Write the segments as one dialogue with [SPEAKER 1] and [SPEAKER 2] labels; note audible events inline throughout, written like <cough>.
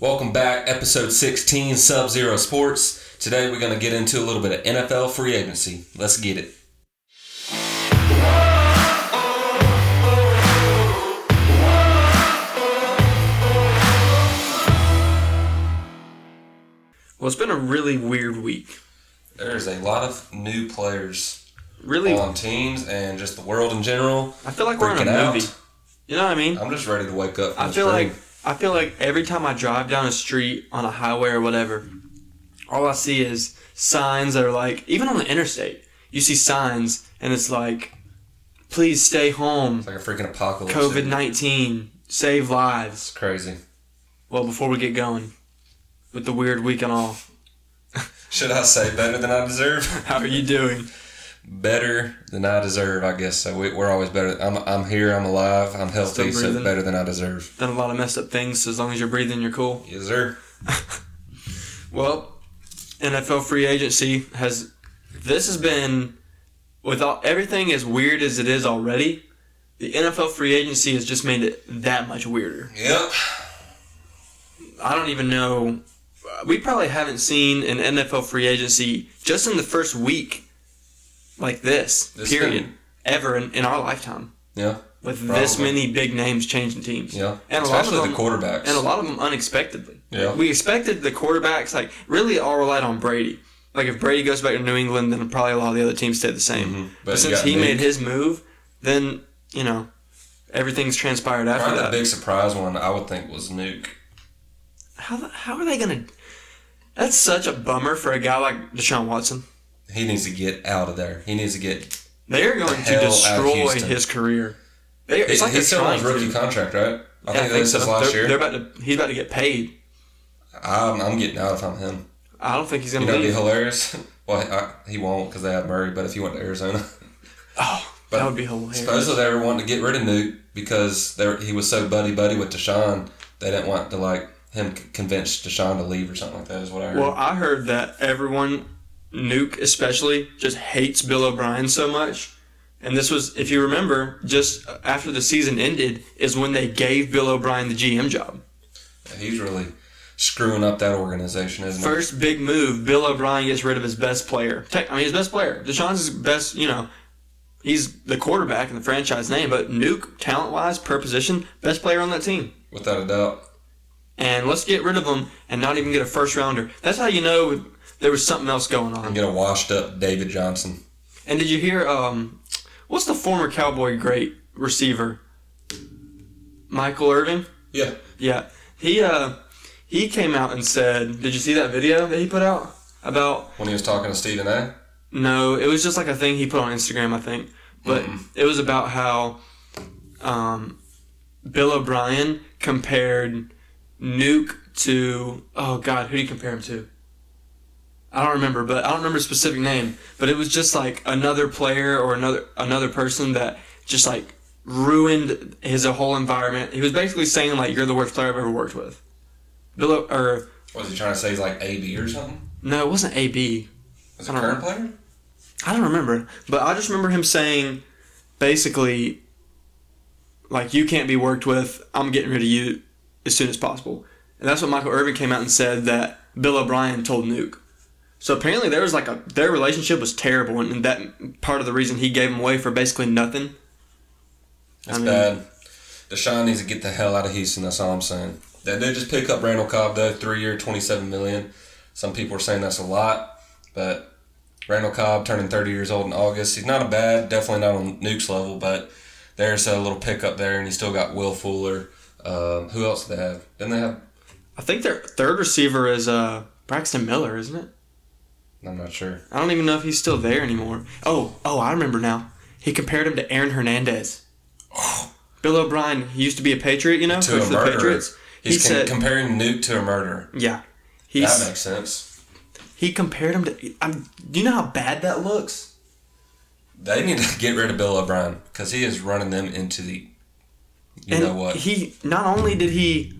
[SPEAKER 1] Welcome back, episode 16, Sub Zero Sports. Today we're going to get into a little bit of NFL free agency. Let's get it.
[SPEAKER 2] Well, it's been a really weird week.
[SPEAKER 1] There's a lot of new players
[SPEAKER 2] Really,
[SPEAKER 1] on teams and just the world in general.
[SPEAKER 2] I feel like we're in a
[SPEAKER 1] Oh, freaking out.
[SPEAKER 2] movie. You know what I mean?
[SPEAKER 1] I'm just ready to wake up. From
[SPEAKER 2] I
[SPEAKER 1] this
[SPEAKER 2] feel
[SPEAKER 1] dream.
[SPEAKER 2] like I feel like every time I drive down a street on a highway or whatever, all I see is signs that are like, even on the interstate, you see signs and it's like, please stay home,
[SPEAKER 1] It's like a freaking apocalypse.
[SPEAKER 2] COVID
[SPEAKER 1] dude.
[SPEAKER 2] nineteen, save lives.
[SPEAKER 1] It's crazy.
[SPEAKER 2] Well, before we get going, with the weird week and all,
[SPEAKER 1] Should I say better than I deserve? <laughs>
[SPEAKER 2] how are you doing?
[SPEAKER 1] better than I deserve, I guess. So we, we're always better. I'm, I'm here. I'm alive. I'm healthy.
[SPEAKER 2] Still
[SPEAKER 1] So
[SPEAKER 2] breathing.
[SPEAKER 1] better than I deserve.
[SPEAKER 2] Done a lot of messed up things. So as long as you're breathing, you're cool.
[SPEAKER 1] Yes, sir.
[SPEAKER 2] Well, NFL free agency has. This has been, with all, everything as weird as it is already, the NFL free agency has just made it that much weirder.
[SPEAKER 1] Yep.
[SPEAKER 2] I don't even know. We probably haven't seen an NFL free agency just in the first week like this,
[SPEAKER 1] This
[SPEAKER 2] period,
[SPEAKER 1] thing-
[SPEAKER 2] ever in, in our lifetime.
[SPEAKER 1] Yeah.
[SPEAKER 2] With this
[SPEAKER 1] Probably.
[SPEAKER 2] many big names changing teams.
[SPEAKER 1] Yeah.
[SPEAKER 2] And a lot of
[SPEAKER 1] Especially
[SPEAKER 2] them-
[SPEAKER 1] the quarterbacks.
[SPEAKER 2] and a lot of them unexpectedly.
[SPEAKER 1] Yeah.
[SPEAKER 2] we expected the quarterbacks like really it all relied on Brady. Like if Brady goes back to New England, then probably a lot of the other teams stay the same.
[SPEAKER 1] Mhm.
[SPEAKER 2] But,
[SPEAKER 1] But you
[SPEAKER 2] since
[SPEAKER 1] got
[SPEAKER 2] he
[SPEAKER 1] Nick.
[SPEAKER 2] made his move, then you know everything's transpired after
[SPEAKER 1] Probably the
[SPEAKER 2] that.
[SPEAKER 1] big surprise one I would think was Nuke.
[SPEAKER 2] how the, how are they gonna? That's such a bummer for a guy like Deshaun Watson.
[SPEAKER 1] He needs to get out of there. He needs to get.
[SPEAKER 2] They are going to
[SPEAKER 1] hell out of
[SPEAKER 2] destroy
[SPEAKER 1] Houston.
[SPEAKER 2] his career. They, it's
[SPEAKER 1] He-
[SPEAKER 2] like they're
[SPEAKER 1] he's still on
[SPEAKER 2] trying
[SPEAKER 1] his
[SPEAKER 2] to.
[SPEAKER 1] rookie contract, right? I
[SPEAKER 2] Yeah,
[SPEAKER 1] think this is
[SPEAKER 2] so.
[SPEAKER 1] last
[SPEAKER 2] they're,
[SPEAKER 1] year.
[SPEAKER 2] They're about to, he's about to get paid.
[SPEAKER 1] I'm, I'm getting out if I'm him.
[SPEAKER 2] I don't think he's gonna
[SPEAKER 1] You know, it'd be
[SPEAKER 2] leave.
[SPEAKER 1] hilarious. <laughs> Well, I, he won't because they have Murray. But if he went to Arizona,
[SPEAKER 2] Oh,
[SPEAKER 1] but
[SPEAKER 2] that would be hilarious.
[SPEAKER 1] supposedly they were wanting to get rid of Nuke because they were, he was so buddy buddy with Deshaun. They didn't want to like him c- convince Deshaun to leave or something like that. Is what I heard.
[SPEAKER 2] Well, I heard that everyone, Nuke especially, just hates Bill O'Brien so much. And this was, if you remember, just after the season ended, is when they gave Bill O'Brien the GM job.
[SPEAKER 1] He's really screwing up that organization, isn't he?
[SPEAKER 2] First big move, Bill O'Brien gets rid of his best player. Tech, I mean, his best player. Deshaun's his best, you know, he's the quarterback in the franchise name, but Nuke, talent wise, per position, best player on that team.
[SPEAKER 1] Without a doubt.
[SPEAKER 2] And let's get rid of him and not even get a first rounder. That's how you know there was something else going on.
[SPEAKER 1] And get a washed up David Johnson.
[SPEAKER 2] And did you hear? Um, what's the former Cowboy great receiver? Michael Irvin.
[SPEAKER 1] Yeah.
[SPEAKER 2] Yeah, he uh, he came out and said, "Did you see that video that he put out about?"
[SPEAKER 1] When he was talking to Stephen A.
[SPEAKER 2] No, it was just like a thing he put on Instagram, I think. But it was about how um, Bill O'Brien compared Nuke to oh god, who did he compare him to? I don't remember, but I don't remember a specific name. But it was just like another player or another another person that just like ruined his whole environment. He was basically saying like you're the worst player I've ever worked with. Bill O- or
[SPEAKER 1] What was he trying to say? He's like AB or something?
[SPEAKER 2] no, it wasn't AB.
[SPEAKER 1] Is it a current player?
[SPEAKER 2] I don't remember, but I just remember him saying, basically, like you can't be worked with. I'm getting rid of you as soon as possible, and that's what Michael Irvin came out and said that Bill O'Brien told Nuke. So apparently there was like a their relationship was terrible, and that part of the reason he gave him away for basically nothing.
[SPEAKER 1] It's
[SPEAKER 2] mean-
[SPEAKER 1] bad. Deshaun needs to get the hell out of Houston. That's all I'm saying. They did just pick up Randall Cobb though, three year, twenty seven million. Some people are saying that's a lot, but Randall Cobb turning thirty years old in August. He's not a bad, definitely not on Nuke's level, but there's a little pickup there, and you still got Will Fuller. Um, who else did they have? Didn't they have?
[SPEAKER 2] I think their third receiver is uh Braxton Miller, isn't it?
[SPEAKER 1] I'm not sure.
[SPEAKER 2] I don't even know if he's still there anymore. Oh, oh, I remember now. He compared him to Aaron Hernandez. <gasps> Bill O'Brien, he used to be a Patriot, you know,
[SPEAKER 1] To
[SPEAKER 2] coach
[SPEAKER 1] a
[SPEAKER 2] for the
[SPEAKER 1] murderer.
[SPEAKER 2] Patriots. He
[SPEAKER 1] He's con-
[SPEAKER 2] said,
[SPEAKER 1] comparing Nuke to a murderer.
[SPEAKER 2] yeah,
[SPEAKER 1] That
[SPEAKER 2] he's
[SPEAKER 1] makes sense.
[SPEAKER 2] he compared him to. I'm, do you know how bad that looks?
[SPEAKER 1] They need to <laughs> get rid of Bill O'Brien because he is running them into the. You
[SPEAKER 2] and
[SPEAKER 1] know what?
[SPEAKER 2] He not only did he,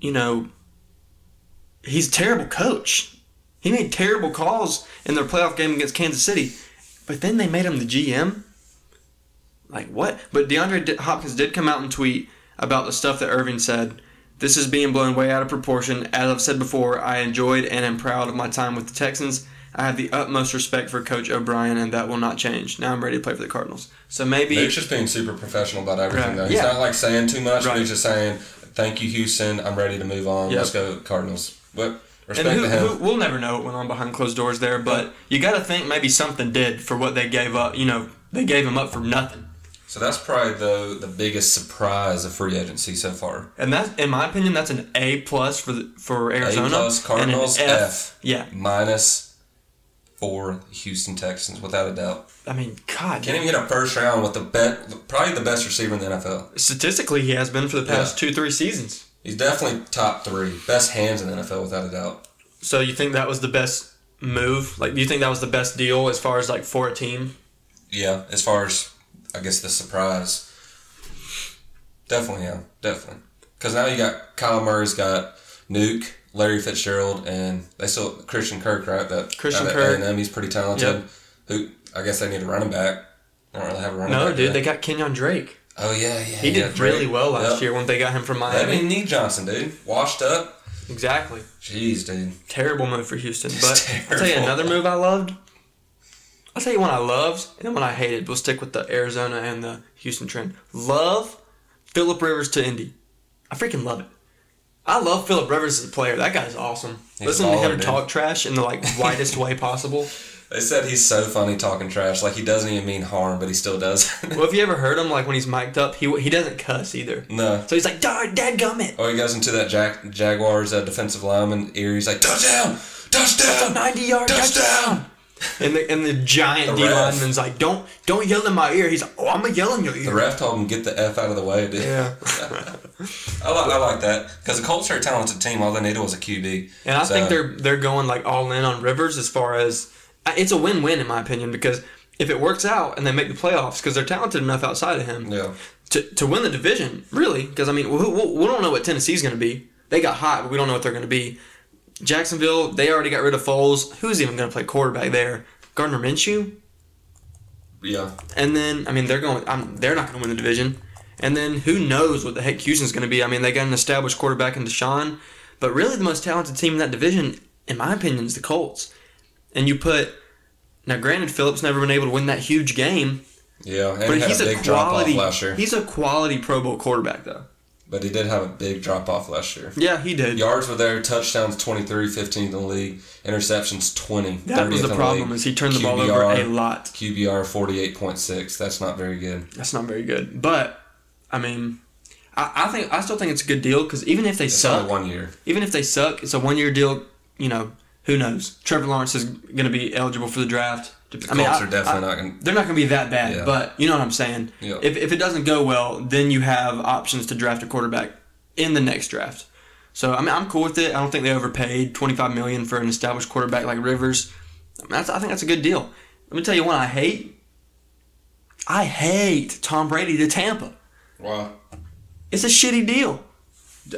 [SPEAKER 2] you know, he's a terrible coach. He made terrible calls in their playoff game against Kansas City, but then they made him the GM. Like what? But DeAndre Di- Hopkins did come out and tweet about the stuff that Irving said This is being blown way out of proportion. As I've said before, I enjoyed and am proud of my time with the Texans. I have the utmost respect for Coach O'Brien, and that will not change. Now I'm ready to play for the Cardinals. So maybe
[SPEAKER 1] Duke's just being super professional about everything,
[SPEAKER 2] Right.
[SPEAKER 1] though. He's
[SPEAKER 2] Yeah.
[SPEAKER 1] not like saying too much, but
[SPEAKER 2] Right.
[SPEAKER 1] he's just saying, "Thank you, Houston. I'm ready to move on.
[SPEAKER 2] Yep.
[SPEAKER 1] Let's go Cardinals." But
[SPEAKER 2] and
[SPEAKER 1] respect
[SPEAKER 2] who,
[SPEAKER 1] to him.
[SPEAKER 2] who, we'll never know what went on behind closed doors there, but you got to think maybe something did for what they gave up. You know, they gave him up for nothing.
[SPEAKER 1] So that's probably the the biggest surprise of free agency so far.
[SPEAKER 2] And that, in my opinion, that's an A plus for the, for Arizona.
[SPEAKER 1] plus, Cardinals,
[SPEAKER 2] and an
[SPEAKER 1] F.
[SPEAKER 2] Yeah,
[SPEAKER 1] Minus for Houston Texans, without a doubt.
[SPEAKER 2] I mean, God,
[SPEAKER 1] Can't even get a first round with the bet, probably the best receiver in the NFL.
[SPEAKER 2] statistically, he has been for the past two, three seasons.
[SPEAKER 1] He's definitely top three, best hands in the NFL, without a doubt.
[SPEAKER 2] So you think that was the best move? Like, do you think that was the best deal as far as like for a team?
[SPEAKER 1] Yeah, as far as I guess the surprise, definitely, yeah, definitely. Because now you got Kyle Murray's got Nuke, Larry Fitzgerald, and they still Christian Kirk, right? That
[SPEAKER 2] Christian
[SPEAKER 1] out of
[SPEAKER 2] Kirk.
[SPEAKER 1] A&M, he's pretty talented.
[SPEAKER 2] Yep.
[SPEAKER 1] Who I guess they need a running back. They don't really have a running
[SPEAKER 2] No,
[SPEAKER 1] back.
[SPEAKER 2] dude,
[SPEAKER 1] do
[SPEAKER 2] they got Kenyon Drake.
[SPEAKER 1] oh yeah, yeah.
[SPEAKER 2] He did really well last year when they got him from
[SPEAKER 1] They
[SPEAKER 2] Miami.
[SPEAKER 1] didn't even need Johnson, dude. Washed up.
[SPEAKER 2] exactly.
[SPEAKER 1] Jeez, dude.
[SPEAKER 2] Terrible move for
[SPEAKER 1] <laughs>
[SPEAKER 2] Houston.
[SPEAKER 1] It's
[SPEAKER 2] But I'll tell you
[SPEAKER 1] terrible.
[SPEAKER 2] another move I loved. I'll tell you one I loved and one I hated. We'll stick with the Arizona and the Houston trend. Love Philip Rivers to Indy. I freaking love it. I love Philip Rivers as a player. That guy's awesome.
[SPEAKER 1] He's
[SPEAKER 2] Listen to
[SPEAKER 1] baller,
[SPEAKER 2] him
[SPEAKER 1] dude.
[SPEAKER 2] talk trash in the like
[SPEAKER 1] <laughs>
[SPEAKER 2] widest way possible.
[SPEAKER 1] They said he's so funny talking trash. Like he doesn't even mean harm, but he still does. <laughs>
[SPEAKER 2] Well, if you ever heard him, like when he's mic'd up, he he doesn't cuss either.
[SPEAKER 1] no.
[SPEAKER 2] So he's like, "Dad, dadgummit,
[SPEAKER 1] Oh, he goes into that Jack, Jaguars uh, defensive lineman ear. He's like, touchdown, touchdown,
[SPEAKER 2] ninety yard touchdown!"
[SPEAKER 1] touchdown.
[SPEAKER 2] And the and the giant
[SPEAKER 1] The
[SPEAKER 2] D
[SPEAKER 1] ref.
[SPEAKER 2] lineman's like, "Don't don't yell in my ear." He's like, "Oh, I'm gonna yell in your
[SPEAKER 1] The
[SPEAKER 2] ear."
[SPEAKER 1] ref told him get the f out of the way, dude.
[SPEAKER 2] Yeah.
[SPEAKER 1] I like I like that because the Colts are a talented team. All they needed was a QB.
[SPEAKER 2] And I
[SPEAKER 1] So,
[SPEAKER 2] think they're they're going like all in on Rivers as far as I- it's a win win in my opinion because if it works out and they make the playoffs because they're talented enough outside of him
[SPEAKER 1] yeah.
[SPEAKER 2] to, to win the division really because I mean we, we, we don't know what Tennessee's going to be they got hot but we don't know what they're going to be Jacksonville they already got rid of Foles who's even going to play quarterback there Gardner Minshew
[SPEAKER 1] Yeah,
[SPEAKER 2] and then I mean they're going I'm, they're not going to win the division and then who knows what the heck Houston's going to be I mean they got an established quarterback in Deshaun but really the most talented team in that division in my opinion is the Colts and you put now granted Phillips never been able to win that huge game
[SPEAKER 1] yeah. And
[SPEAKER 2] but
[SPEAKER 1] he had
[SPEAKER 2] he's
[SPEAKER 1] a
[SPEAKER 2] a,
[SPEAKER 1] big drop off
[SPEAKER 2] quality
[SPEAKER 1] last year,
[SPEAKER 2] he's a quality Pro Bowl quarterback though
[SPEAKER 1] but he did have a big drop off last year.
[SPEAKER 2] yeah he did
[SPEAKER 1] Yards were there, touchdowns 23, 15th in the league, interceptions 20.
[SPEAKER 2] that
[SPEAKER 1] 30th
[SPEAKER 2] was
[SPEAKER 1] in
[SPEAKER 2] the problem
[SPEAKER 1] league.
[SPEAKER 2] is he turned the ball over
[SPEAKER 1] QBR
[SPEAKER 2] a lot
[SPEAKER 1] QBR 48.6. That's not very good.
[SPEAKER 2] that's not very good but I mean I, I think I still think it's a good deal because even if they
[SPEAKER 1] It's
[SPEAKER 2] suck
[SPEAKER 1] only one year.
[SPEAKER 2] even if they suck, it's a one year deal. You know, who knows? Trevor Lawrence is going to be eligible for the draft.
[SPEAKER 1] The
[SPEAKER 2] I mean,
[SPEAKER 1] Colts
[SPEAKER 2] I-
[SPEAKER 1] are definitely
[SPEAKER 2] I-
[SPEAKER 1] not going to.
[SPEAKER 2] They're not going to be that bad,
[SPEAKER 1] Yeah.
[SPEAKER 2] but you know what I'm saying.
[SPEAKER 1] Yeah.
[SPEAKER 2] If, if it doesn't go well, then you have options to draft a quarterback in the next draft. So I mean, I'm cool with it. I don't think they overpaid 25 million for an established quarterback like Rivers. I, mean, that's, I think that's a good deal. Let me tell you one I hate. I hate Tom Brady to Tampa.
[SPEAKER 1] Wow.
[SPEAKER 2] It's a shitty deal.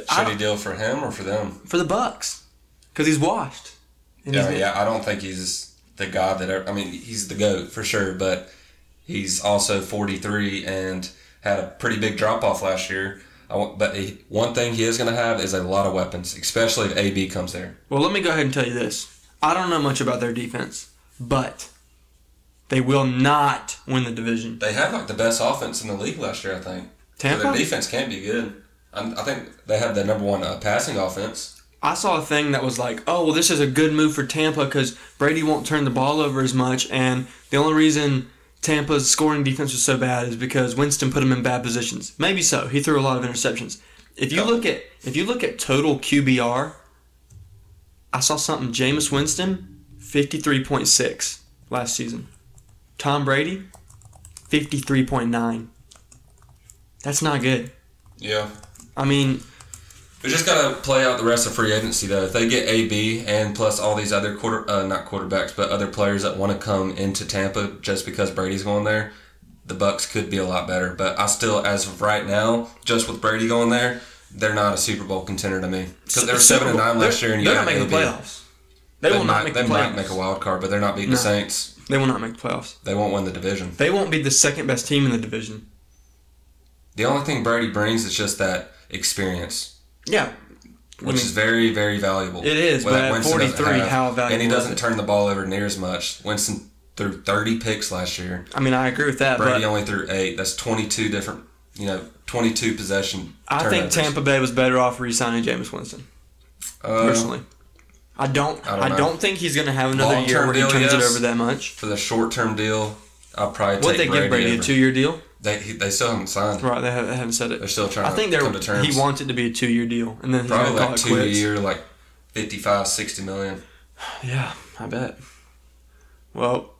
[SPEAKER 2] I-
[SPEAKER 1] Shitty deal for him or for them?
[SPEAKER 2] for the Bucks because he's washed. And
[SPEAKER 1] Yeah,
[SPEAKER 2] he's-
[SPEAKER 1] yeah. I don't think he's the guy that. Ever, I mean, he's the goat for sure, but he's also 43 and had a pretty big drop off last year. I want, but he, one thing he is going to have is a lot of weapons, especially if AB comes there.
[SPEAKER 2] Well, let me go ahead and tell you this. I don't know much about their defense, but they will not win the division.
[SPEAKER 1] They had like the best offense in the league last year, I think. So their
[SPEAKER 2] Tampa.
[SPEAKER 1] defense can be good. I'm, I think they have the number one uh, passing offense.
[SPEAKER 2] I saw a thing that was like, "Oh, well, this is a good move for Tampa because Brady won't turn the ball over as much, and the only reason Tampa's scoring defense was so bad is because Winston put him in bad positions. Maybe so. He threw a lot of interceptions. If you look at if you look at total QBR, I saw something. Jameis Winston, fifty three point six last season. Tom Brady, fifty three point nine. That's not good.
[SPEAKER 1] Yeah.
[SPEAKER 2] I mean,
[SPEAKER 1] We just gotta play out the rest of free agency though. If they get AB and plus all these other quarter, uh, not quarterbacks, but other players that want to come into Tampa just because Brady's going there, the Bucks could be a lot better. But I still, as of right now, just with Brady going there, they're not a Super Bowl contender to me. Because they were seven and nine last year, and you
[SPEAKER 2] they're not
[SPEAKER 1] had
[SPEAKER 2] making the
[SPEAKER 1] AB.
[SPEAKER 2] playoffs. They,
[SPEAKER 1] They
[SPEAKER 2] will
[SPEAKER 1] might,
[SPEAKER 2] not make
[SPEAKER 1] they
[SPEAKER 2] the
[SPEAKER 1] might
[SPEAKER 2] playoffs.
[SPEAKER 1] make a wild card, but they're not beating
[SPEAKER 2] No.
[SPEAKER 1] the Saints.
[SPEAKER 2] They will not make the playoffs.
[SPEAKER 1] They won't win the division.
[SPEAKER 2] They won't be the second best team in the division.
[SPEAKER 1] The only thing Brady brings is just that experience.
[SPEAKER 2] Yeah.
[SPEAKER 1] which is very, very valuable.
[SPEAKER 2] It is,
[SPEAKER 1] Well,
[SPEAKER 2] but
[SPEAKER 1] that
[SPEAKER 2] at
[SPEAKER 1] Winston doesn't
[SPEAKER 2] 43,
[SPEAKER 1] have,
[SPEAKER 2] how
[SPEAKER 1] And he
[SPEAKER 2] valuable is
[SPEAKER 1] doesn't
[SPEAKER 2] it?
[SPEAKER 1] turn the ball over near as much. Winston threw 30 picks last year.
[SPEAKER 2] I mean, I agree with that,
[SPEAKER 1] Brady
[SPEAKER 2] but
[SPEAKER 1] only threw eight. That's 22 different, you know, 22 possession.
[SPEAKER 2] I think
[SPEAKER 1] turnovers.
[SPEAKER 2] Tampa Bay was better off re-signing James Winston
[SPEAKER 1] Uh,
[SPEAKER 2] personally. I don't.
[SPEAKER 1] I
[SPEAKER 2] I
[SPEAKER 1] don't
[SPEAKER 2] don't,
[SPEAKER 1] know.
[SPEAKER 2] think he's going to have another year
[SPEAKER 1] Long-term
[SPEAKER 2] where he
[SPEAKER 1] deal,
[SPEAKER 2] turns it
[SPEAKER 1] yes.
[SPEAKER 2] over that much.
[SPEAKER 1] for the short term deal, I'll probably
[SPEAKER 2] What
[SPEAKER 1] take
[SPEAKER 2] they give Brady a
[SPEAKER 1] over.
[SPEAKER 2] two-year deal?
[SPEAKER 1] They, he- they still haven't signed.
[SPEAKER 2] Right, they haven't haven't said
[SPEAKER 1] They're
[SPEAKER 2] it.
[SPEAKER 1] still trying
[SPEAKER 2] I
[SPEAKER 1] to
[SPEAKER 2] think
[SPEAKER 1] come to
[SPEAKER 2] they're.
[SPEAKER 1] terms.
[SPEAKER 2] He wants it to be a two-year deal, and then he's going
[SPEAKER 1] probably
[SPEAKER 2] to call
[SPEAKER 1] like
[SPEAKER 2] it
[SPEAKER 1] two
[SPEAKER 2] quits.
[SPEAKER 1] a year, like 55, 60 million.
[SPEAKER 2] Yeah, I bet. Well,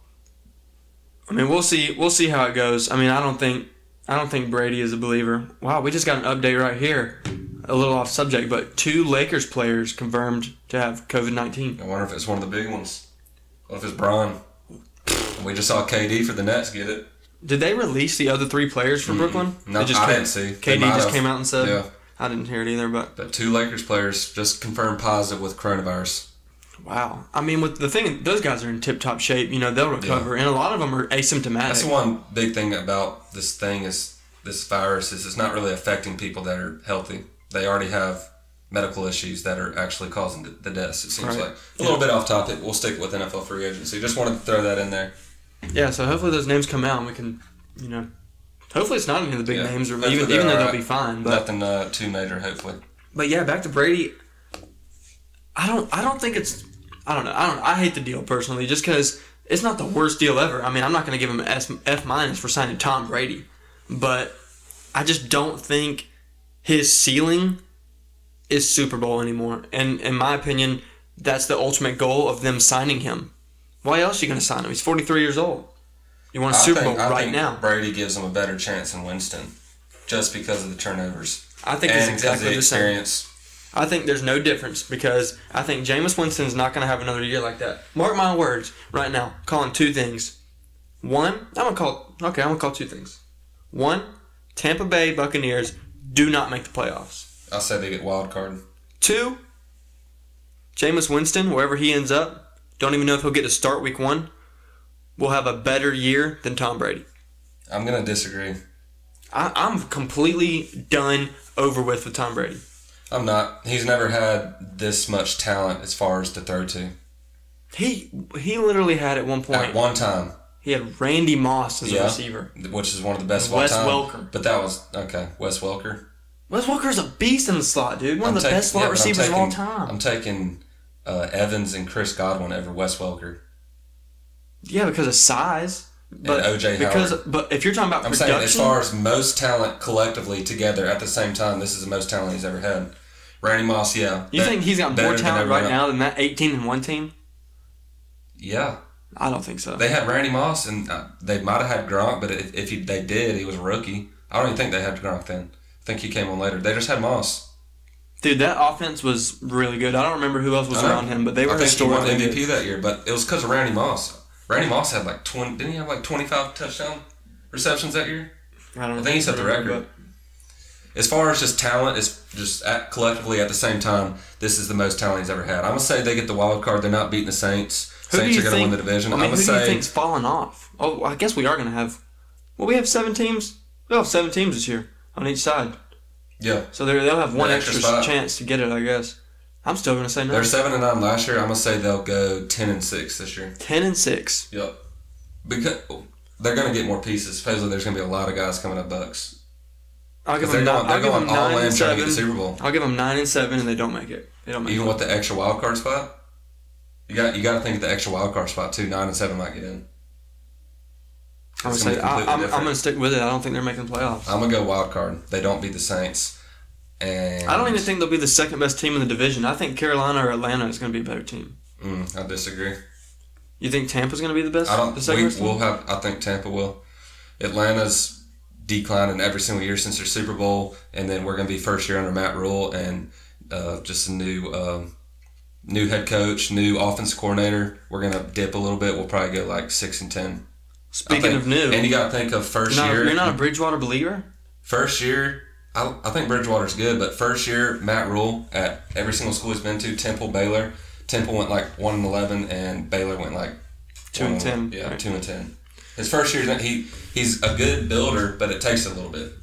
[SPEAKER 2] I mean, we'll see. We'll see how it goes. I mean, I don't think I don't think Brady is a believer. Wow, we just got an update right here. A little off subject, but two Lakers players confirmed to have COVID nineteen.
[SPEAKER 1] I wonder if it's one of the big ones. What if it's Braun? We just saw KD for the Nets get it.
[SPEAKER 2] Did they release the other three players for Brooklyn?
[SPEAKER 1] No,
[SPEAKER 2] They just
[SPEAKER 1] I
[SPEAKER 2] came-
[SPEAKER 1] didn't see. They
[SPEAKER 2] KD
[SPEAKER 1] might
[SPEAKER 2] just
[SPEAKER 1] have.
[SPEAKER 2] came out and said,
[SPEAKER 1] Yeah.
[SPEAKER 2] "I didn't hear it either." But
[SPEAKER 1] But two Lakers players just confirmed positive with coronavirus.
[SPEAKER 2] wow, I mean, with the thing, those guys are in tip top shape. You know, they'll recover, and a lot of them are asymptomatic.
[SPEAKER 1] That's the one big thing about this thing is this virus is it's not really affecting people that are healthy. They already have medical issues that are actually causing the, the deaths. It seems
[SPEAKER 2] Right.
[SPEAKER 1] like a little bit off topic. We'll stick with NFL free agency. Just wanted to throw that in there.
[SPEAKER 2] Yeah, so hopefully those names come out and we can, you know, hopefully it's not any of the big
[SPEAKER 1] Yeah.
[SPEAKER 2] names, or
[SPEAKER 1] Hopefully
[SPEAKER 2] even,
[SPEAKER 1] they're
[SPEAKER 2] even though
[SPEAKER 1] all
[SPEAKER 2] they'll be
[SPEAKER 1] right.
[SPEAKER 2] fine. But
[SPEAKER 1] Nothing uh, too major, hopefully.
[SPEAKER 2] but yeah, back to Brady. I don't I don't think it's I don't know I don't I hate the deal personally just because it's not the worst deal ever. I mean I'm not going to give him an S, F minus for signing Tom Brady, but I just don't think his ceiling is Super Bowl anymore. And in my opinion, that's the ultimate goal of them signing him. Why else are you going to sign him? He's 43 years old. You want a Super Bowl right now.
[SPEAKER 1] Brady gives them a better chance than Winston, just because of the turnovers
[SPEAKER 2] I think it's
[SPEAKER 1] and because of
[SPEAKER 2] exactly
[SPEAKER 1] the
[SPEAKER 2] the same.
[SPEAKER 1] experience.
[SPEAKER 2] I think there's no difference because I think Jameis Winston's not going to have another year like that. Mark my words right now. Calling two things. One, I'm going to call. Okay, I'm going to call two things. One, Tampa Bay Buccaneers do not make the playoffs.
[SPEAKER 1] I say they get wild card.
[SPEAKER 2] Two, Jameis Winston, wherever he ends up, don't even know if he'll get to start week one, will have a better year than Tom Brady.
[SPEAKER 1] I'm gonna disagree.
[SPEAKER 2] I, I'm completely done over with with Tom Brady.
[SPEAKER 1] I'm not. He's never had this much talent as far as to throw to.
[SPEAKER 2] He he literally had at one point
[SPEAKER 1] At one time,
[SPEAKER 2] He had Randy Moss as
[SPEAKER 1] Yeah.
[SPEAKER 2] a receiver.
[SPEAKER 1] which is one of the best of all
[SPEAKER 2] Wes
[SPEAKER 1] time.
[SPEAKER 2] Welker.
[SPEAKER 1] But that was okay. Wes Welker,
[SPEAKER 2] Wes Walker's a beast in the slot, dude. One
[SPEAKER 1] I'm
[SPEAKER 2] of the
[SPEAKER 1] taking-
[SPEAKER 2] best slot
[SPEAKER 1] yeah, but I'm
[SPEAKER 2] receivers of all
[SPEAKER 1] taking-
[SPEAKER 2] time.
[SPEAKER 1] I'm taking uh, Evans and Chris Godwin over Wes Welker.
[SPEAKER 2] yeah, because of size. But
[SPEAKER 1] O.J.
[SPEAKER 2] because but if you're talking about
[SPEAKER 1] I'm
[SPEAKER 2] production,
[SPEAKER 1] saying as far as most talent collectively together at the same time, this is the most talent he's ever had. Randy Moss, yeah.
[SPEAKER 2] you
[SPEAKER 1] bet-
[SPEAKER 2] think he's got
[SPEAKER 1] better
[SPEAKER 2] more
[SPEAKER 1] than
[SPEAKER 2] talent right
[SPEAKER 1] everyone else.
[SPEAKER 2] now than that 18 and one team?
[SPEAKER 1] Yeah,
[SPEAKER 2] I don't think so.
[SPEAKER 1] they had Randy Moss, and uh, they might have had Gronk, but if, if he, they did, he was a rookie. I don't even think they had Gronk then. I think he came on later. They just had Moss.
[SPEAKER 2] dude, that offense was really good. I don't remember who else was
[SPEAKER 1] I know.
[SPEAKER 2] around him, but they
[SPEAKER 1] I
[SPEAKER 2] were
[SPEAKER 1] think he won
[SPEAKER 2] historically
[SPEAKER 1] MVP
[SPEAKER 2] good.
[SPEAKER 1] that year, but it was because of Randy Moss. Randy Moss had like twenty. Didn't he have like twenty five touchdown receptions that year?
[SPEAKER 2] I don't
[SPEAKER 1] I think he set the
[SPEAKER 2] remember,
[SPEAKER 1] record. As far as just talent, it's just at, collectively at the same time. This is the most talent he's ever had. I'm gonna say they get the wild card. They're not beating the Saints.
[SPEAKER 2] Who do
[SPEAKER 1] Saints
[SPEAKER 2] you
[SPEAKER 1] are gonna
[SPEAKER 2] think,
[SPEAKER 1] win the division.
[SPEAKER 2] I mean,
[SPEAKER 1] am
[SPEAKER 2] who
[SPEAKER 1] gonna
[SPEAKER 2] do you
[SPEAKER 1] say
[SPEAKER 2] think's fallen off? Oh, well, I guess we are gonna have. Well, we have seven teams. We'll have seven teams this year on each side.
[SPEAKER 1] yeah.
[SPEAKER 2] So they're- they'll have one
[SPEAKER 1] An
[SPEAKER 2] extra
[SPEAKER 1] extra spot.
[SPEAKER 2] chance to get it, I guess. I'm still gonna say no.
[SPEAKER 1] They're seven and nine last year. I'm gonna say they'll go ten and six this year.
[SPEAKER 2] ten and six.
[SPEAKER 1] Yep. Because they're gonna get more pieces. Supposedly there's gonna be a lot of guys coming up Bucks.
[SPEAKER 2] I'll give
[SPEAKER 1] 'Cause
[SPEAKER 2] them,
[SPEAKER 1] they're
[SPEAKER 2] nine,
[SPEAKER 1] going, they're
[SPEAKER 2] I'll
[SPEAKER 1] going
[SPEAKER 2] give them
[SPEAKER 1] all
[SPEAKER 2] nine
[SPEAKER 1] in
[SPEAKER 2] and
[SPEAKER 1] trying to get
[SPEAKER 2] seven.
[SPEAKER 1] the Super Bowl.
[SPEAKER 2] I'll give them nine and seven, and they don't make it. They don't make
[SPEAKER 1] Even
[SPEAKER 2] it.
[SPEAKER 1] with the extra wild card spot, you got you got to think of the extra wild card spot too. Nine and seven might get in.
[SPEAKER 2] I'm gonna,
[SPEAKER 1] it's gonna
[SPEAKER 2] say,
[SPEAKER 1] be
[SPEAKER 2] I,
[SPEAKER 1] completely
[SPEAKER 2] I'm, I'm
[SPEAKER 1] different. Oh,
[SPEAKER 2] gonna stick with it. I don't think they're making playoffs.
[SPEAKER 1] I'm gonna go wild card. They don't beat the Saints, and
[SPEAKER 2] I don't even think they'll be the second best team in the division. I think Carolina or Atlanta is gonna be a better team.
[SPEAKER 1] Mm, I disagree.
[SPEAKER 2] You think Tampa's gonna be the best?
[SPEAKER 1] I don't.
[SPEAKER 2] The second
[SPEAKER 1] We,
[SPEAKER 2] best team?
[SPEAKER 1] we'll have. I think Tampa will. Atlanta's declining every single year since their Super Bowl, and then we're gonna be first year under Matt Rule and uh, just a new. Um, New head coach, new offense coordinator. We're gonna dip a little bit. We'll probably go like six and ten. I
[SPEAKER 2] Speaking
[SPEAKER 1] think-
[SPEAKER 2] of new,
[SPEAKER 1] and you gotta think of 1st
[SPEAKER 2] you're, not,
[SPEAKER 1] year.
[SPEAKER 2] you're not a Bridgewater believer.
[SPEAKER 1] First year, I, I think Bridgewater's good, but first year, Matt Rule at every single school he's been to, Temple, Baylor. Temple went like one and eleven, and Baylor went like
[SPEAKER 2] Two and
[SPEAKER 1] 1
[SPEAKER 2] 10,
[SPEAKER 1] Yeah,
[SPEAKER 2] right.
[SPEAKER 1] two and ten. His first year, he he's a good builder, but it takes a little bit.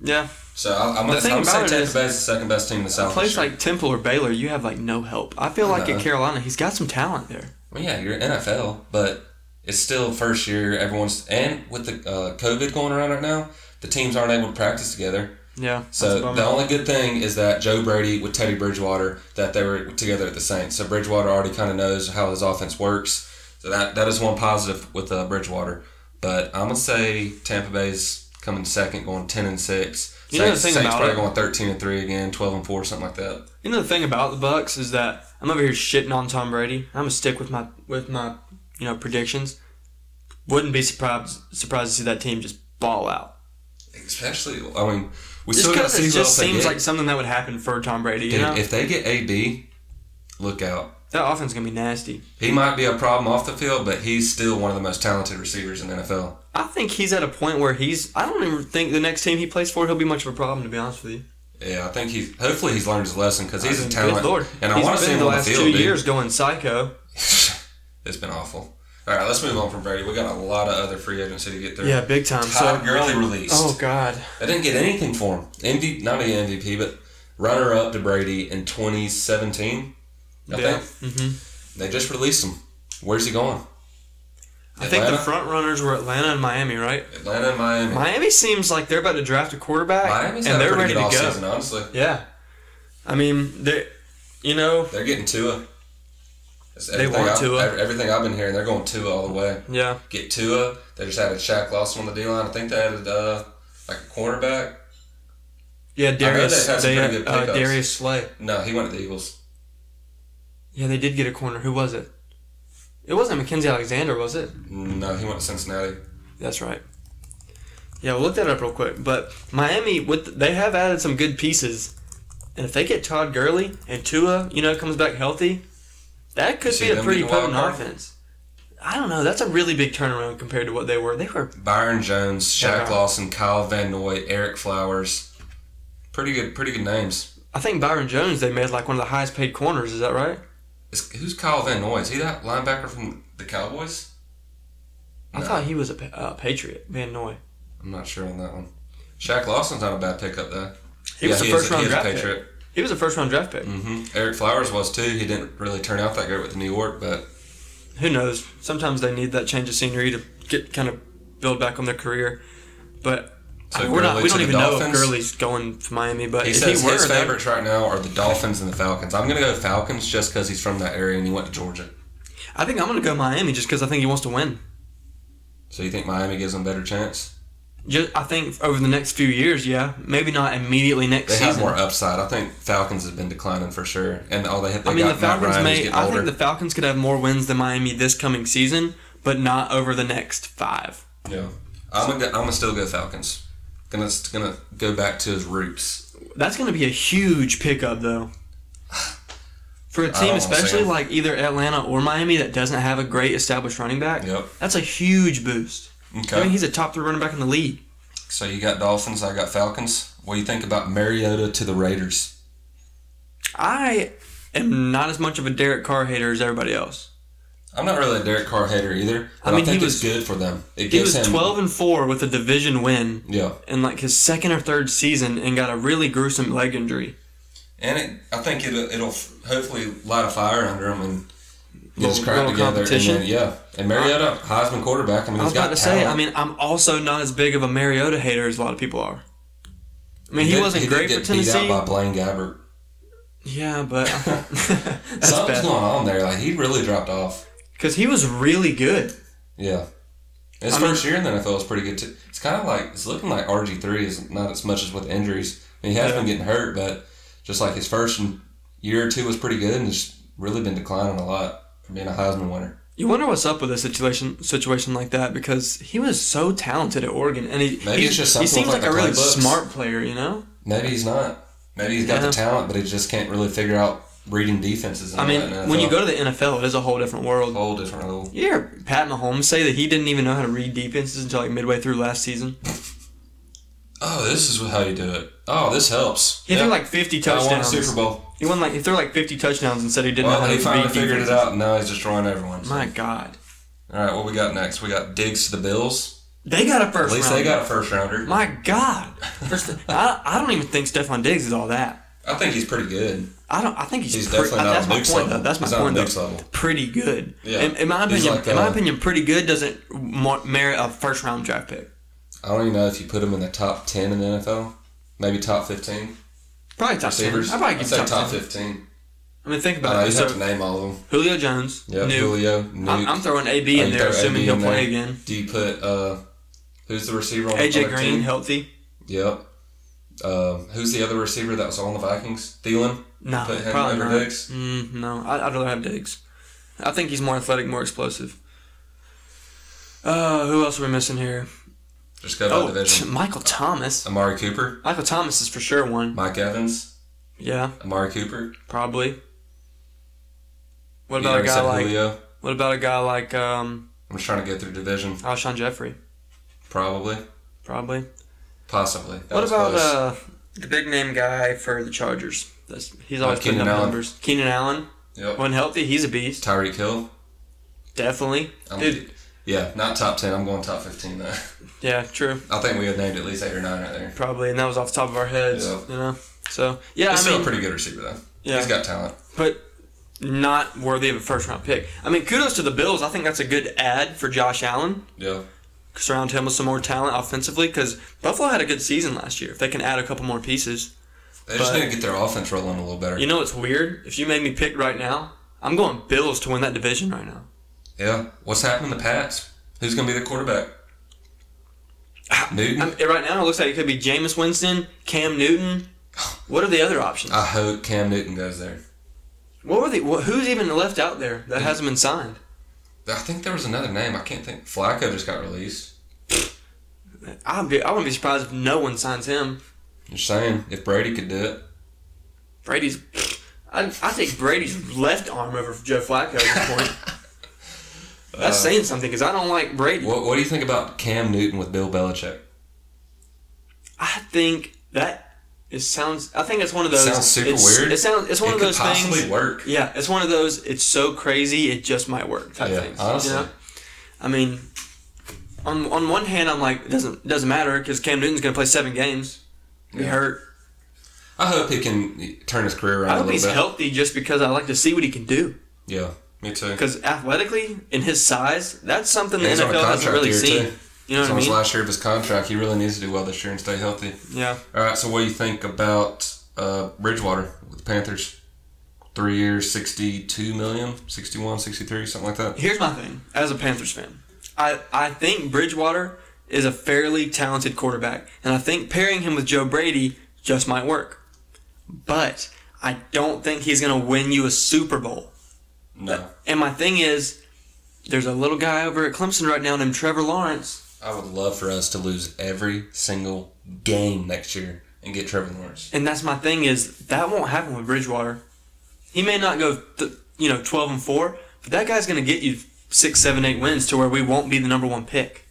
[SPEAKER 2] Yeah,
[SPEAKER 1] So I, I'm
[SPEAKER 2] The
[SPEAKER 1] gonna,
[SPEAKER 2] thing
[SPEAKER 1] I'm
[SPEAKER 2] about
[SPEAKER 1] saying
[SPEAKER 2] it
[SPEAKER 1] Tampa Bay
[SPEAKER 2] is-
[SPEAKER 1] is the second best team in the South.
[SPEAKER 2] A place
[SPEAKER 1] this year.
[SPEAKER 2] like Temple or Baylor, you have like no help. I feel like at
[SPEAKER 1] No.
[SPEAKER 2] Carolina, he's got some talent there.
[SPEAKER 1] Well, yeah, you're NFL, but it's still first year. Everyone's and with the uh, COVID going around right now, the teams aren't able to practice together.
[SPEAKER 2] Yeah. that's a
[SPEAKER 1] So
[SPEAKER 2] bummer.
[SPEAKER 1] the only good thing is that Joe Brady with Teddy Bridgewater that they were together at the Saints. So Bridgewater already kind of knows how his offense works. So that that is one positive with uh, Bridgewater. But I'm gonna say Tampa Bay's coming second, going ten and six.
[SPEAKER 2] You know the
[SPEAKER 1] Saints,
[SPEAKER 2] thing
[SPEAKER 1] Saints
[SPEAKER 2] about
[SPEAKER 1] probably
[SPEAKER 2] it-
[SPEAKER 1] going thirteen and three again, twelve and four, something like that.
[SPEAKER 2] You know the thing about the Bucks is that I'm over here shitting on Tom Brady. I'm gonna stick with my with my you know predictions. Wouldn't be surprised surprised to see that team just ball out.
[SPEAKER 1] Especially, I mean, we
[SPEAKER 2] Just
[SPEAKER 1] still got to
[SPEAKER 2] because
[SPEAKER 1] see who
[SPEAKER 2] it just
[SPEAKER 1] else they
[SPEAKER 2] seems
[SPEAKER 1] get.
[SPEAKER 2] like something that would happen for Tom Brady. You
[SPEAKER 1] Dude,
[SPEAKER 2] know
[SPEAKER 1] if they get AB, look out.
[SPEAKER 2] that offense is gonna be nasty.
[SPEAKER 1] He might be a problem off the field, but he's still one of the most talented receivers in the NFL.
[SPEAKER 2] I think he's at a point where he's. I don't even think the next team he plays for he'll be much of a problem. To be honest with you,
[SPEAKER 1] Yeah, I think he's. Hopefully, he's learned his lesson because he's a talent.
[SPEAKER 2] Good lord,
[SPEAKER 1] and I
[SPEAKER 2] He's
[SPEAKER 1] want to
[SPEAKER 2] been
[SPEAKER 1] see him
[SPEAKER 2] the
[SPEAKER 1] on the
[SPEAKER 2] last
[SPEAKER 1] field.
[SPEAKER 2] two
[SPEAKER 1] dude.
[SPEAKER 2] years going psycho.
[SPEAKER 1] <laughs> it's been awful. All right, let's move on from Brady. We got a lot of other free agency to get through.
[SPEAKER 2] Yeah, big time.
[SPEAKER 1] Todd
[SPEAKER 2] So,
[SPEAKER 1] Gurley released.
[SPEAKER 2] oh god,
[SPEAKER 1] They didn't get anything for him. MV, not an MVP, but runner up to Brady in 2017. I
[SPEAKER 2] yeah.
[SPEAKER 1] think
[SPEAKER 2] hmm
[SPEAKER 1] they just released him. Where's he going?
[SPEAKER 2] I think the
[SPEAKER 1] Atlanta?
[SPEAKER 2] front runners were Atlanta and Miami, right?
[SPEAKER 1] Atlanta, Miami.
[SPEAKER 2] Miami seems like they're about to draft a quarterback,
[SPEAKER 1] Miami's
[SPEAKER 2] and
[SPEAKER 1] had a
[SPEAKER 2] they're
[SPEAKER 1] pretty
[SPEAKER 2] ready
[SPEAKER 1] good
[SPEAKER 2] to go.
[SPEAKER 1] offseason, honestly.
[SPEAKER 2] Yeah, I mean, they, you know,
[SPEAKER 1] They're getting Tua. That's
[SPEAKER 2] They
[SPEAKER 1] everything
[SPEAKER 2] want
[SPEAKER 1] I-
[SPEAKER 2] Tua.
[SPEAKER 1] ev- Everything I've been hearing, they're going Tua all the way.
[SPEAKER 2] yeah,
[SPEAKER 1] Get Tua. They just added Shaq Lawson on the D line. I think they added uh, like a cornerback.
[SPEAKER 2] yeah, Darius,
[SPEAKER 1] they've had some
[SPEAKER 2] they
[SPEAKER 1] pretty good
[SPEAKER 2] uh,
[SPEAKER 1] pickups.
[SPEAKER 2] Darius Slay.
[SPEAKER 1] No, he went to the Eagles.
[SPEAKER 2] Yeah, they did get a corner. Who was it? It wasn't Mackenzie Alexander, was it?
[SPEAKER 1] No, he went to Cincinnati.
[SPEAKER 2] That's right. Yeah, we'll look that up real quick. But Miami, with they have added some good pieces, and if they get Todd Gurley and Tua, you know, comes back healthy, that could
[SPEAKER 1] see
[SPEAKER 2] be a
[SPEAKER 1] them
[SPEAKER 2] pretty
[SPEAKER 1] being a wild
[SPEAKER 2] potent
[SPEAKER 1] card?
[SPEAKER 2] offense. I don't know. That's a really big turnaround compared to what they were. They were
[SPEAKER 1] Byron Jones, Shaq
[SPEAKER 2] Okay.
[SPEAKER 1] Lawson, Kyle Van Noy, Eric Flowers. Pretty good, pretty good names.
[SPEAKER 2] I think Byron Jones they made like one of the highest paid corners. Is that right?
[SPEAKER 1] Is, who's Kyle Van Noy? Is he that linebacker from the Cowboys?
[SPEAKER 2] I
[SPEAKER 1] No.
[SPEAKER 2] thought he was a pa- uh, Patriot. Van Noy.
[SPEAKER 1] I'm not sure on that one. Shaq Lawson's not a bad pickup though.
[SPEAKER 2] He was a
[SPEAKER 1] is-
[SPEAKER 2] first round
[SPEAKER 1] he is a
[SPEAKER 2] draft pick.
[SPEAKER 1] Patriot.
[SPEAKER 2] He was a first round draft pick.
[SPEAKER 1] hmm Eric Flowers was too. He didn't really turn out that great with New York, but
[SPEAKER 2] Who knows? Sometimes they need that change of scenery to get kind of build back on their career. But
[SPEAKER 1] So
[SPEAKER 2] I mean, we're not.
[SPEAKER 1] Gurley
[SPEAKER 2] We
[SPEAKER 1] to
[SPEAKER 2] don't
[SPEAKER 1] the
[SPEAKER 2] even know if
[SPEAKER 1] Dolphins?
[SPEAKER 2] Gurley's going to Miami. But
[SPEAKER 1] he
[SPEAKER 2] if
[SPEAKER 1] says
[SPEAKER 2] he were,
[SPEAKER 1] his
[SPEAKER 2] that-
[SPEAKER 1] favorites right now are the Dolphins and the Falcons. I'm gonna go Falcons just because he's from that area and he went to Georgia.
[SPEAKER 2] I think I'm going to go Miami just because I think he wants to win.
[SPEAKER 1] So you think Miami gives him a better chance?
[SPEAKER 2] Just I think over the next few years, yeah, maybe not immediately next
[SPEAKER 1] They have
[SPEAKER 2] season.
[SPEAKER 1] more upside. I think Falcons has been declining for sure, and all they have they
[SPEAKER 2] I mean,
[SPEAKER 1] got
[SPEAKER 2] the
[SPEAKER 1] Matt
[SPEAKER 2] Falcons
[SPEAKER 1] Ryan, who's
[SPEAKER 2] may.
[SPEAKER 1] getting
[SPEAKER 2] I
[SPEAKER 1] older.
[SPEAKER 2] think the Falcons could have more wins than Miami this coming season, but not over the next five.
[SPEAKER 1] yeah, I'm gonna go- I'm gonna still go Falcons. Gonna gonna go back to his roots.
[SPEAKER 2] That's going to be a huge pickup, though. For a
[SPEAKER 1] don't
[SPEAKER 2] team,
[SPEAKER 1] wanna say
[SPEAKER 2] especially
[SPEAKER 1] it.
[SPEAKER 2] like either Atlanta or Miami, that doesn't have a great established running back,
[SPEAKER 1] Yep.
[SPEAKER 2] that's a huge boost. I mean,
[SPEAKER 1] Okay.
[SPEAKER 2] he's a top three running back in the league.
[SPEAKER 1] So you got Dolphins. I got Falcons. What do you think about Mariota to the Raiders?
[SPEAKER 2] I am not as much of a Derek Carr hater as everybody else.
[SPEAKER 1] I'm not really a Derek Carr hater either. But I
[SPEAKER 2] mean, he
[SPEAKER 1] think
[SPEAKER 2] was-
[SPEAKER 1] it's good for them. It
[SPEAKER 2] He
[SPEAKER 1] gives
[SPEAKER 2] was
[SPEAKER 1] him
[SPEAKER 2] 12 and 4 with a division win
[SPEAKER 1] Yeah,
[SPEAKER 2] in like his second or third season and got a really gruesome leg injury.
[SPEAKER 1] and it, I think it'll, it'll hopefully light a fire under him and get his
[SPEAKER 2] Little-
[SPEAKER 1] crowd
[SPEAKER 2] little
[SPEAKER 1] together. And
[SPEAKER 2] competition.
[SPEAKER 1] then, yeah, and Mariota, Heisman quarterback. I mean,
[SPEAKER 2] I
[SPEAKER 1] he's
[SPEAKER 2] was about
[SPEAKER 1] got
[SPEAKER 2] to say,
[SPEAKER 1] talent.
[SPEAKER 2] I mean, I'm also not as big of a Mariota hater as a lot of people are. I mean, he,
[SPEAKER 1] did-
[SPEAKER 2] wasn't
[SPEAKER 1] did
[SPEAKER 2] great
[SPEAKER 1] get
[SPEAKER 2] for Tennessee.
[SPEAKER 1] Beat out by Blaine Gabbert.
[SPEAKER 2] Yeah,
[SPEAKER 1] <laughs>
[SPEAKER 2] but <laughs> that's
[SPEAKER 1] Something's
[SPEAKER 2] bad
[SPEAKER 1] going on there. Like he really dropped off.
[SPEAKER 2] because he was really good.
[SPEAKER 1] Yeah. His
[SPEAKER 2] I mean-
[SPEAKER 1] first year in the NFL was pretty good too. It's kind of like it's looking like RG three is not as much as with injuries. I mean, he has
[SPEAKER 2] Yeah.
[SPEAKER 1] been getting hurt, but just like his first year or two was pretty good, and just really been declining a lot for being a Heisman winner.
[SPEAKER 2] You wonder what's up with a situation situation like that because he was so talented at Oregon, and he
[SPEAKER 1] Maybe
[SPEAKER 2] he,
[SPEAKER 1] it's just something
[SPEAKER 2] he seems
[SPEAKER 1] with,
[SPEAKER 2] like
[SPEAKER 1] like,
[SPEAKER 2] a
[SPEAKER 1] the
[SPEAKER 2] really
[SPEAKER 1] playbooks.
[SPEAKER 2] smart player, you know.
[SPEAKER 1] Maybe he's not. Maybe he's got
[SPEAKER 2] Yeah.
[SPEAKER 1] the talent, but he just can't really figure out reading defenses. And
[SPEAKER 2] I
[SPEAKER 1] all
[SPEAKER 2] mean,
[SPEAKER 1] that in the
[SPEAKER 2] when you
[SPEAKER 1] NFL.
[SPEAKER 2] go to the NFL, it is a whole different world.
[SPEAKER 1] whole different level.
[SPEAKER 2] You hear Pat Mahomes say that he didn't even know how to read defenses until like midway through last season.
[SPEAKER 1] Oh, this is how you do it. Oh, this helps.
[SPEAKER 2] He threw like fifty
[SPEAKER 1] I won a
[SPEAKER 2] touchdowns.
[SPEAKER 1] Super Bowl.
[SPEAKER 2] He won like he threw like fifty touchdowns and said he didn't know
[SPEAKER 1] Well,
[SPEAKER 2] how to
[SPEAKER 1] he
[SPEAKER 2] read
[SPEAKER 1] finally
[SPEAKER 2] defenses.
[SPEAKER 1] figured it out, and now he's destroying everyone.
[SPEAKER 2] My God,
[SPEAKER 1] All right, what we got next? We got Diggs to the Bills.
[SPEAKER 2] They got a first.
[SPEAKER 1] At least
[SPEAKER 2] round.
[SPEAKER 1] they got a first rounder.
[SPEAKER 2] My God,
[SPEAKER 1] <laughs>
[SPEAKER 2] first, I, I don't even think Stephon Diggs is all that.
[SPEAKER 1] I think he's pretty good.
[SPEAKER 2] I don't. I think he's,
[SPEAKER 1] He's
[SPEAKER 2] pretty,
[SPEAKER 1] definitely not
[SPEAKER 2] that's
[SPEAKER 1] on
[SPEAKER 2] my
[SPEAKER 1] Duke's
[SPEAKER 2] point
[SPEAKER 1] level.
[SPEAKER 2] though. That's my
[SPEAKER 1] He's not on
[SPEAKER 2] point though.
[SPEAKER 1] Duke's level.
[SPEAKER 2] Pretty good.
[SPEAKER 1] Yeah.
[SPEAKER 2] In, in my
[SPEAKER 1] He's
[SPEAKER 2] opinion,
[SPEAKER 1] like,
[SPEAKER 2] in my
[SPEAKER 1] uh,
[SPEAKER 2] opinion, pretty good doesn't mar- merit a first round draft pick.
[SPEAKER 1] I don't even know if you put him in the top ten in the NFL, maybe top fifteen
[SPEAKER 2] Probably top
[SPEAKER 1] receivers.
[SPEAKER 2] ten. I probably
[SPEAKER 1] I'd
[SPEAKER 2] give
[SPEAKER 1] say
[SPEAKER 2] top,
[SPEAKER 1] top
[SPEAKER 2] 10.
[SPEAKER 1] fifteen.
[SPEAKER 2] I mean, think
[SPEAKER 1] I don't know,
[SPEAKER 2] about
[SPEAKER 1] you
[SPEAKER 2] it.
[SPEAKER 1] have to
[SPEAKER 2] So
[SPEAKER 1] name all of them.
[SPEAKER 2] Julio Jones,
[SPEAKER 1] Yeah,
[SPEAKER 2] Nuke.
[SPEAKER 1] Julio, Nuke.
[SPEAKER 2] I'm, I'm throwing AB
[SPEAKER 1] Oh,
[SPEAKER 2] in
[SPEAKER 1] you
[SPEAKER 2] there,
[SPEAKER 1] throw
[SPEAKER 2] assuming
[SPEAKER 1] AB
[SPEAKER 2] he'll
[SPEAKER 1] in
[SPEAKER 2] play
[SPEAKER 1] there.
[SPEAKER 2] again.
[SPEAKER 1] Do you put uh, who's the receiver on the
[SPEAKER 2] AJ
[SPEAKER 1] other
[SPEAKER 2] Green
[SPEAKER 1] Team?
[SPEAKER 2] healthy?
[SPEAKER 1] Yep. Uh, who's the other receiver that was on the Vikings? Thielen.
[SPEAKER 2] No,
[SPEAKER 1] Put him
[SPEAKER 2] probably
[SPEAKER 1] over
[SPEAKER 2] not.
[SPEAKER 1] Diggs?
[SPEAKER 2] Mm, no, I, I'd rather have Diggs. I think he's more athletic, more explosive. Uh, who else are we missing here?
[SPEAKER 1] Just go by
[SPEAKER 2] Oh,
[SPEAKER 1] division.
[SPEAKER 2] t- Michael Thomas.
[SPEAKER 1] Amari Cooper,
[SPEAKER 2] Michael Thomas is for sure one.
[SPEAKER 1] Mike Evans,
[SPEAKER 2] Yeah,
[SPEAKER 1] Amari Cooper.
[SPEAKER 2] probably. What
[SPEAKER 1] You
[SPEAKER 2] about a
[SPEAKER 1] already
[SPEAKER 2] guy
[SPEAKER 1] said
[SPEAKER 2] like?
[SPEAKER 1] Julio?
[SPEAKER 2] What about a guy like um,
[SPEAKER 1] I'm just trying to get through division.
[SPEAKER 2] Alshon Jeffrey?
[SPEAKER 1] Probably,
[SPEAKER 2] Probably.
[SPEAKER 1] possibly. That
[SPEAKER 2] What
[SPEAKER 1] was
[SPEAKER 2] about
[SPEAKER 1] close.
[SPEAKER 2] uh, the big name guy for the Chargers? That's he's always
[SPEAKER 1] Like
[SPEAKER 2] putting
[SPEAKER 1] Keenan
[SPEAKER 2] up
[SPEAKER 1] Allen?
[SPEAKER 2] numbers. Keenan Allen,
[SPEAKER 1] Yep.
[SPEAKER 2] when healthy, he's a beast.
[SPEAKER 1] Tyreek Hill?
[SPEAKER 2] Definitely,
[SPEAKER 1] I'm-
[SPEAKER 2] dude.
[SPEAKER 1] Yeah, not top 10. I'm going top 15, though. <laughs>
[SPEAKER 2] Yeah, true.
[SPEAKER 1] I think we had named at least eight or nine right there.
[SPEAKER 2] Probably, and that was off the top of our heads.
[SPEAKER 1] Yeah.
[SPEAKER 2] You know. So yeah,
[SPEAKER 1] He's
[SPEAKER 2] I
[SPEAKER 1] still
[SPEAKER 2] mean,
[SPEAKER 1] a pretty good receiver, though.
[SPEAKER 2] yeah,
[SPEAKER 1] He's got talent.
[SPEAKER 2] but not worthy of a first round pick. I mean, kudos to the Bills. I think that's a good ad for Josh Allen.
[SPEAKER 1] Yeah.
[SPEAKER 2] Surround him with some more talent offensively, because Buffalo had a good season last year. If they can add a couple more pieces,
[SPEAKER 1] They just
[SPEAKER 2] But-
[SPEAKER 1] need to get their offense rolling a little better.
[SPEAKER 2] you know, it's weird. If you made me pick right now, I'm going Bills to win that division right now.
[SPEAKER 1] yeah. What's happening to Pats? Who's going to be the quarterback? Newton?
[SPEAKER 2] I mean, eh, right now, it looks like it could be Jameis Winston, Cam Newton. What are the other options?
[SPEAKER 1] I hope Cam Newton goes there.
[SPEAKER 2] What were the? What, who's even left out there that hasn't been signed?
[SPEAKER 1] I think there was another name. I can't think. Flacco just got released.
[SPEAKER 2] I'd be, I wouldn't be surprised if no one signs him.
[SPEAKER 1] You're saying if Brady could do it.
[SPEAKER 2] Brady's. I I take Brady's left arm over Joe Flacco at this point. That's saying something because I don't like Brady.
[SPEAKER 1] What, what do you think about Cam Newton with Bill Belichick?
[SPEAKER 2] I think that it sounds. I think it's one of those.
[SPEAKER 1] Sounds super
[SPEAKER 2] it's-
[SPEAKER 1] weird.
[SPEAKER 2] It sounds. It's one
[SPEAKER 1] it
[SPEAKER 2] of
[SPEAKER 1] could
[SPEAKER 2] those
[SPEAKER 1] possibly
[SPEAKER 2] things.
[SPEAKER 1] work.
[SPEAKER 2] Yeah, it's one of those. It's so crazy, it just might work type
[SPEAKER 1] Yeah,
[SPEAKER 2] things.
[SPEAKER 1] honestly.
[SPEAKER 2] You know? I mean, on on one hand, I'm like, it doesn't doesn't matter because Cam Newton's gonna play seven games. He
[SPEAKER 1] Yeah.
[SPEAKER 2] hurt.
[SPEAKER 1] I hope he can turn his career around
[SPEAKER 2] I
[SPEAKER 1] a
[SPEAKER 2] hope
[SPEAKER 1] little
[SPEAKER 2] he's
[SPEAKER 1] bit.
[SPEAKER 2] healthy just because I like to see what he can do.
[SPEAKER 1] Yeah, me too.
[SPEAKER 2] Because athletically, in his size, that's something the
[SPEAKER 1] He's on a
[SPEAKER 2] NFL hasn't
[SPEAKER 1] contract
[SPEAKER 2] really
[SPEAKER 1] year,
[SPEAKER 2] seen.
[SPEAKER 1] too.
[SPEAKER 2] You know
[SPEAKER 1] it's
[SPEAKER 2] what I
[SPEAKER 1] almost
[SPEAKER 2] mean?
[SPEAKER 1] last year of his contract. He really needs to do well this year and stay healthy.
[SPEAKER 2] yeah.
[SPEAKER 1] All right, so what do you think about uh, Bridgewater with the Panthers? Three years, 62 million, 61, 63, something like that.
[SPEAKER 2] Here's my thing as a Panthers fan. I, I think Bridgewater is a fairly talented quarterback, and I think pairing him with Joe Brady just might work. But I don't think he's going to win you a Super Bowl.
[SPEAKER 1] No,
[SPEAKER 2] And my thing is, there's a little guy over at Clemson right now named Trevor Lawrence,
[SPEAKER 1] I would love for us to lose every single game next year and get Trevor Lawrence.
[SPEAKER 2] and that's my thing is that won't happen with Bridgewater. He may not go, th- you know, 12 and four, but that guy's going to get you six, seven, eight wins to where we won't be the number one pick.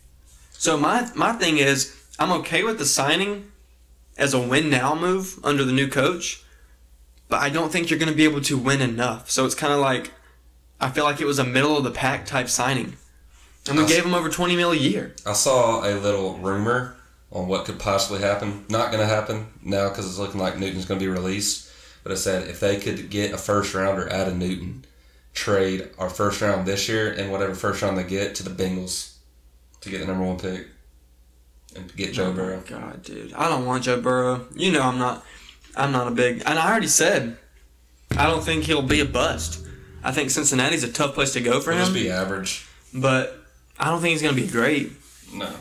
[SPEAKER 2] So my my thing is, I'm okay with the signing as a win now move under the new coach, but I don't think you're going to be able to win enough. So it's kind of like, I feel like it was a middle of the pack type signing, and we
[SPEAKER 1] Awesome.
[SPEAKER 2] gave him over 20 mil a year.
[SPEAKER 1] I saw a little rumor on what could possibly happen. Not going to happen now because it's looking like Newton's going to be released. But it said if they could get a first rounder out of Newton, trade our first round this year and whatever first round they get to the Bengals to get the number one pick and get Joe
[SPEAKER 2] Oh my
[SPEAKER 1] Burrow.
[SPEAKER 2] God, dude, I don't want Joe Burrow. You know I'm not. I'm not a big. And I already said, I don't think he'll be a bust. I think Cincinnati's a tough place to go for
[SPEAKER 1] It'll
[SPEAKER 2] him,
[SPEAKER 1] just be average.
[SPEAKER 2] but I don't think he's gonna be great.
[SPEAKER 1] No.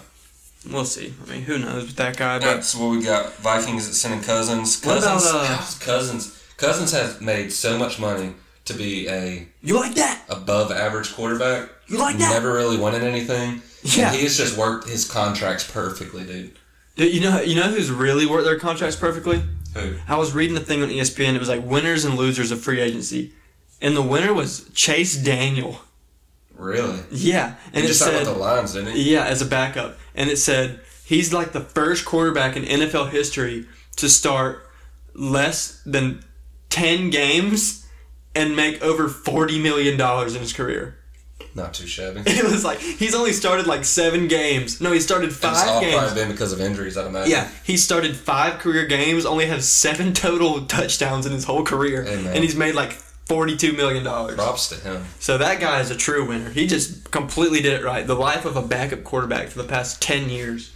[SPEAKER 2] We'll see. I mean, who knows with that guy? But
[SPEAKER 1] That's what we got. Vikings that's sending Cousins.
[SPEAKER 2] What about,
[SPEAKER 1] Cousins.
[SPEAKER 2] uh,
[SPEAKER 1] Cousins. Cousins has made so much money to be a
[SPEAKER 2] you like that?
[SPEAKER 1] above average quarterback.
[SPEAKER 2] You like that?
[SPEAKER 1] Never really winning anything.
[SPEAKER 2] Yeah.
[SPEAKER 1] And he has just worked his contracts perfectly, dude.
[SPEAKER 2] Dude, you know, you know who's really worked their contracts perfectly?
[SPEAKER 1] Who?
[SPEAKER 2] I was reading the thing on E ESPN. It was like winners and losers of free agency, and the winner was Chase Daniel.
[SPEAKER 1] Really?
[SPEAKER 2] Yeah, and
[SPEAKER 1] he
[SPEAKER 2] it
[SPEAKER 1] just signed
[SPEAKER 2] said
[SPEAKER 1] with the Lions, didn't he?
[SPEAKER 2] Yeah, as a backup. And it said he's like the first quarterback in NFL history to start less than 10 games and make over $40 million in his career. <laughs>
[SPEAKER 1] Not too shabby.
[SPEAKER 2] It was like he's only started like seven games. No, he started
[SPEAKER 1] It's all
[SPEAKER 2] five games.
[SPEAKER 1] probably been because of injuries, I'd imagine.
[SPEAKER 2] Yeah, he started five career games, only has seven total <laughs> touchdowns in his whole career,
[SPEAKER 1] Hey, man.
[SPEAKER 2] and he's made like forty-two million dollars.
[SPEAKER 1] Props to him.
[SPEAKER 2] So that guy is a true winner. He just completely did it right. The life of a backup quarterback for the past ten years,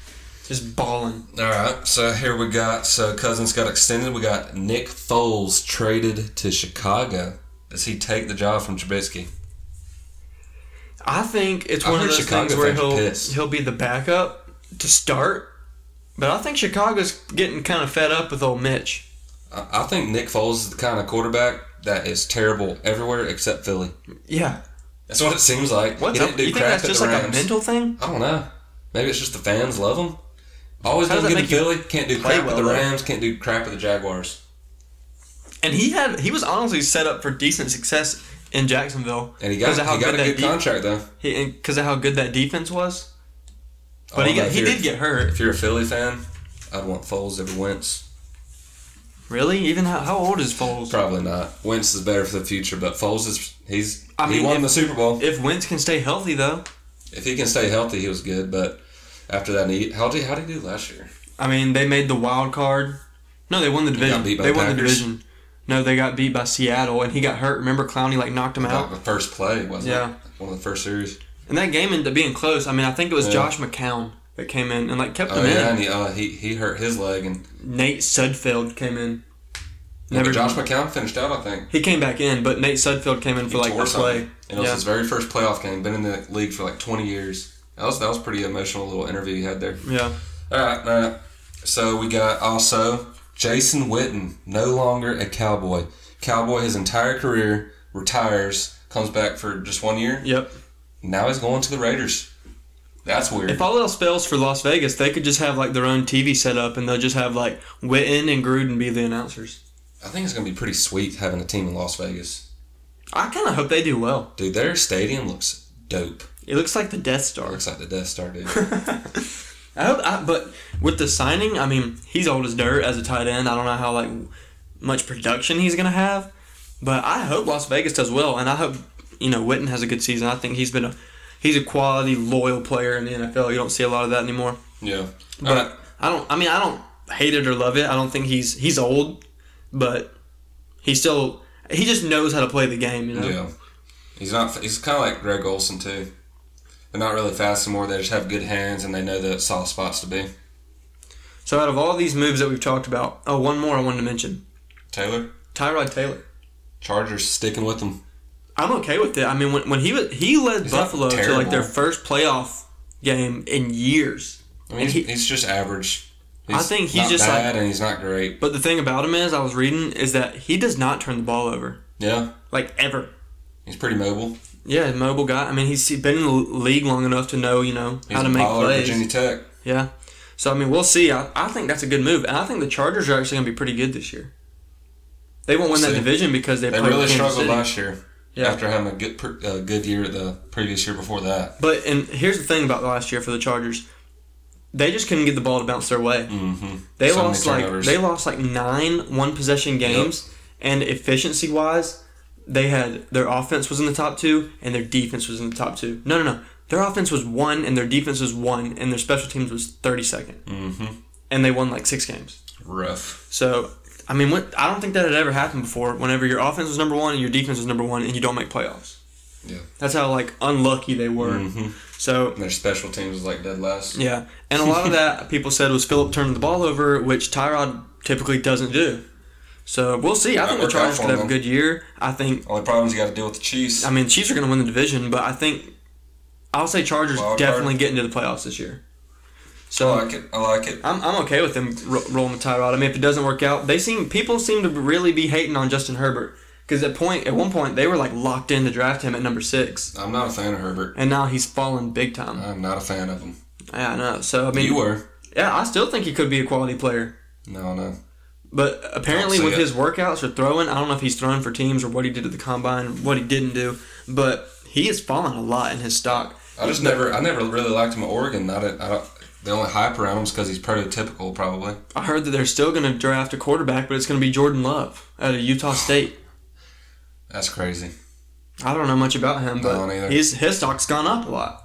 [SPEAKER 2] just balling.
[SPEAKER 1] All right, so here we got so Cousins got extended. We got Nick Foles traded to Chicago. Does he take the job from Trubisky?
[SPEAKER 2] I think it's
[SPEAKER 1] I
[SPEAKER 2] one of
[SPEAKER 1] heard
[SPEAKER 2] those
[SPEAKER 1] Chicago
[SPEAKER 2] things where
[SPEAKER 1] fans are
[SPEAKER 2] he'll
[SPEAKER 1] pissed.
[SPEAKER 2] he'll be the backup to start, but I think Chicago's getting kind of fed up with old Mitch.
[SPEAKER 1] I, I think Nick Foles is the kind of quarterback that is terrible everywhere except Philly.
[SPEAKER 2] Yeah,
[SPEAKER 1] That's what it seems like.
[SPEAKER 2] what's
[SPEAKER 1] He
[SPEAKER 2] up?
[SPEAKER 1] didn't do
[SPEAKER 2] You think
[SPEAKER 1] crap
[SPEAKER 2] that's
[SPEAKER 1] at
[SPEAKER 2] just
[SPEAKER 1] the
[SPEAKER 2] like a
[SPEAKER 1] Rams.
[SPEAKER 2] mental thing?
[SPEAKER 1] I don't know. Maybe it's just the fans love him. Always
[SPEAKER 2] How
[SPEAKER 1] done good
[SPEAKER 2] does that
[SPEAKER 1] in
[SPEAKER 2] make you
[SPEAKER 1] Philly. Can't do
[SPEAKER 2] play
[SPEAKER 1] crap
[SPEAKER 2] well,
[SPEAKER 1] at the
[SPEAKER 2] though?
[SPEAKER 1] Rams. Can't do crap at the Jaguars.
[SPEAKER 2] And he had he was honestly set up for decent success in Jacksonville
[SPEAKER 1] And he got
[SPEAKER 2] of how
[SPEAKER 1] he got a
[SPEAKER 2] good that
[SPEAKER 1] good
[SPEAKER 2] de-
[SPEAKER 1] contract though.
[SPEAKER 2] because of how good that defense was. But
[SPEAKER 1] Oh, I
[SPEAKER 2] he
[SPEAKER 1] don't know
[SPEAKER 2] got,
[SPEAKER 1] if
[SPEAKER 2] he
[SPEAKER 1] you're-
[SPEAKER 2] did get hurt.
[SPEAKER 1] If you're a Philly fan, I'd want Foles over Wentz.
[SPEAKER 2] Really? Even how, how old is Foles?
[SPEAKER 1] Probably not. Wentz is better for the future, but Foles is he's
[SPEAKER 2] I
[SPEAKER 1] he
[SPEAKER 2] mean,
[SPEAKER 1] won
[SPEAKER 2] if-
[SPEAKER 1] the Super Bowl.
[SPEAKER 2] If Wentz can stay healthy though,
[SPEAKER 1] If he can stay healthy, he was good. But after that, he how did how did he do last year?
[SPEAKER 2] I mean they made the wild card. No, they won the division.
[SPEAKER 1] beat by
[SPEAKER 2] they
[SPEAKER 1] the
[SPEAKER 2] won the
[SPEAKER 1] Packers?
[SPEAKER 2] division. No, they got beat by Seattle, and he got hurt. Remember, Clowney like knocked him
[SPEAKER 1] Like
[SPEAKER 2] out,
[SPEAKER 1] the first play wasn't
[SPEAKER 2] Yeah.
[SPEAKER 1] it? One of the first series.
[SPEAKER 2] and that game ended up being close. I mean, I think it was
[SPEAKER 1] Yeah.
[SPEAKER 2] Josh McCown that came in and like kept
[SPEAKER 1] Oh
[SPEAKER 2] him
[SPEAKER 1] yeah,
[SPEAKER 2] in.
[SPEAKER 1] and he, uh, he he hurt his leg and
[SPEAKER 2] Nate Sudfeld came in.
[SPEAKER 1] Never Josh McCown finished out. I think
[SPEAKER 2] He came back in, but Nate Sudfeld came in
[SPEAKER 1] He
[SPEAKER 2] for like
[SPEAKER 1] tore
[SPEAKER 2] the play.
[SPEAKER 1] something. and it was
[SPEAKER 2] Yeah.
[SPEAKER 1] his very first playoff game. Been in the league for like 20 years. That was that was a pretty emotional little interview he had there.
[SPEAKER 2] Yeah.
[SPEAKER 1] All right, all right. So we got also Jason Witten, no longer a Cowboy. Cowboy his entire career, retires, comes back for just one year.
[SPEAKER 2] Yep.
[SPEAKER 1] Now he's going to the Raiders. That's weird.
[SPEAKER 2] If all else fails for Las Vegas, they could just have like their own TV set up and they'll just have like Witten and Gruden be the announcers.
[SPEAKER 1] I think it's going to be pretty sweet having a team in Las Vegas.
[SPEAKER 2] I kind of hope they do well.
[SPEAKER 1] Dude, their stadium looks dope.
[SPEAKER 2] It looks like the Death Star.
[SPEAKER 1] Looks like the Death Star, <laughs> dude.
[SPEAKER 2] <laughs> I hope, I, but with the signing, I mean, he's old as dirt as a tight end. I don't know how like much production he's gonna have, but I hope Las Vegas does well, and I hope you know Witten has a good season. I think he's been a he's a quality, loyal player in the NFL. You don't see a lot of that anymore.
[SPEAKER 1] yeah. All
[SPEAKER 2] But
[SPEAKER 1] right.
[SPEAKER 2] I don't. I mean, I don't hate it or love it. I don't think he's he's old, but he still he just knows how to play the game. You know.
[SPEAKER 1] Yeah. He's not. He's kind of like Greg Olson too. They're not really fast anymore. They just have good hands and they know the soft spots to be.
[SPEAKER 2] So out of all these moves that we've talked about, oh, one more I wanted to mention:
[SPEAKER 1] Taylor,
[SPEAKER 2] Tyrod Taylor.
[SPEAKER 1] Chargers sticking with them.
[SPEAKER 2] I'm okay with it. I mean, when, when he was he led
[SPEAKER 1] He's not
[SPEAKER 2] Buffalo to like their
[SPEAKER 1] terrible.
[SPEAKER 2] first playoff game in years.
[SPEAKER 1] I mean,
[SPEAKER 2] And
[SPEAKER 1] he's,
[SPEAKER 2] he-
[SPEAKER 1] he's just average.
[SPEAKER 2] I think he's
[SPEAKER 1] not
[SPEAKER 2] just
[SPEAKER 1] bad and he's not great.
[SPEAKER 2] But the thing about him is, I was reading is that he does not turn the ball over
[SPEAKER 1] Yeah,
[SPEAKER 2] like ever.
[SPEAKER 1] he's pretty mobile.
[SPEAKER 2] Yeah, mobile guy. I mean, he's been in the league long enough to know you know
[SPEAKER 1] He's
[SPEAKER 2] how to
[SPEAKER 1] a
[SPEAKER 2] make
[SPEAKER 1] baller at
[SPEAKER 2] plays.
[SPEAKER 1] Virginia Tech.
[SPEAKER 2] Yeah. So I mean, we'll see. I, I think that's a good move, and I think the Chargers are actually going to be pretty good this year. They won't win that
[SPEAKER 1] See.
[SPEAKER 2] division because they,
[SPEAKER 1] They
[SPEAKER 2] play
[SPEAKER 1] really
[SPEAKER 2] Kansas
[SPEAKER 1] struggled
[SPEAKER 2] City.
[SPEAKER 1] last year
[SPEAKER 2] Yeah.
[SPEAKER 1] after having a good pr- uh, good year the previous year before that.
[SPEAKER 2] But and here's the thing about last year for the Chargers, they just couldn't get the ball to bounce their way.
[SPEAKER 1] Mm-hmm.
[SPEAKER 2] They
[SPEAKER 1] So many
[SPEAKER 2] lost like
[SPEAKER 1] turnovers.
[SPEAKER 2] they lost like nine one possession games, and efficiency wise, they had their offense was in the top two and their defense was in the top two. No, no, no. Their offense was one and their defense was one and their special teams was thirty second,
[SPEAKER 1] Mm-hmm.
[SPEAKER 2] and they won like six games.
[SPEAKER 1] Rough.
[SPEAKER 2] So, I mean, what, I don't think that had ever happened before. Whenever your offense was number one and your defense was number one, and you don't make playoffs.
[SPEAKER 1] Yeah.
[SPEAKER 2] That's how like unlucky they were.
[SPEAKER 1] Mm-hmm.
[SPEAKER 2] So
[SPEAKER 1] And their special teams was like dead last.
[SPEAKER 2] yeah, and a lot of
[SPEAKER 1] <laughs>
[SPEAKER 2] that people said was Philip turning the ball over, which Tyrod typically doesn't do. So we'll see. I
[SPEAKER 1] That
[SPEAKER 2] think the
[SPEAKER 1] worked out
[SPEAKER 2] Chargers
[SPEAKER 1] for
[SPEAKER 2] could have a
[SPEAKER 1] them.
[SPEAKER 2] good year. I think.
[SPEAKER 1] Only problems you got to deal with the Chiefs.
[SPEAKER 2] I mean, Chiefs are going to win the division, but I think I'll say Chargers
[SPEAKER 1] Wild card.
[SPEAKER 2] definitely get into the playoffs this year.
[SPEAKER 1] I
[SPEAKER 2] So
[SPEAKER 1] like it. I like it.
[SPEAKER 2] I'm, I'm okay with them ro- rolling with Tyrod. I mean, if it doesn't work out, they seem people seem to really be hating on Justin Herbert because at point at one point they were like locked in to draft him at number six,
[SPEAKER 1] I'm not a fan of Herbert.
[SPEAKER 2] and now he's fallen big time.
[SPEAKER 1] I'm not a fan of him.
[SPEAKER 2] Yeah, I know. So I mean,
[SPEAKER 1] Uh, you were.
[SPEAKER 2] yeah, I still think he could be a quality player,
[SPEAKER 1] No, no.
[SPEAKER 2] but apparently
[SPEAKER 1] Don't see
[SPEAKER 2] with
[SPEAKER 1] it.
[SPEAKER 2] his workouts or throwing, I don't know if he's throwing for teams or what he did at the combine, or what he didn't do, but he has fallen a lot in his stock.
[SPEAKER 1] I just never. I never really liked him at Oregon. Not at. I don't. The only hype around him is because he's prototypical, probably.
[SPEAKER 2] I heard that they're still going to draft
[SPEAKER 1] <sighs>
[SPEAKER 2] a quarterback, but it's going to be Jordan Love out of Utah State.
[SPEAKER 1] That's crazy.
[SPEAKER 2] I don't know much about him,
[SPEAKER 1] I don't either.
[SPEAKER 2] but his his stock's gone up a lot.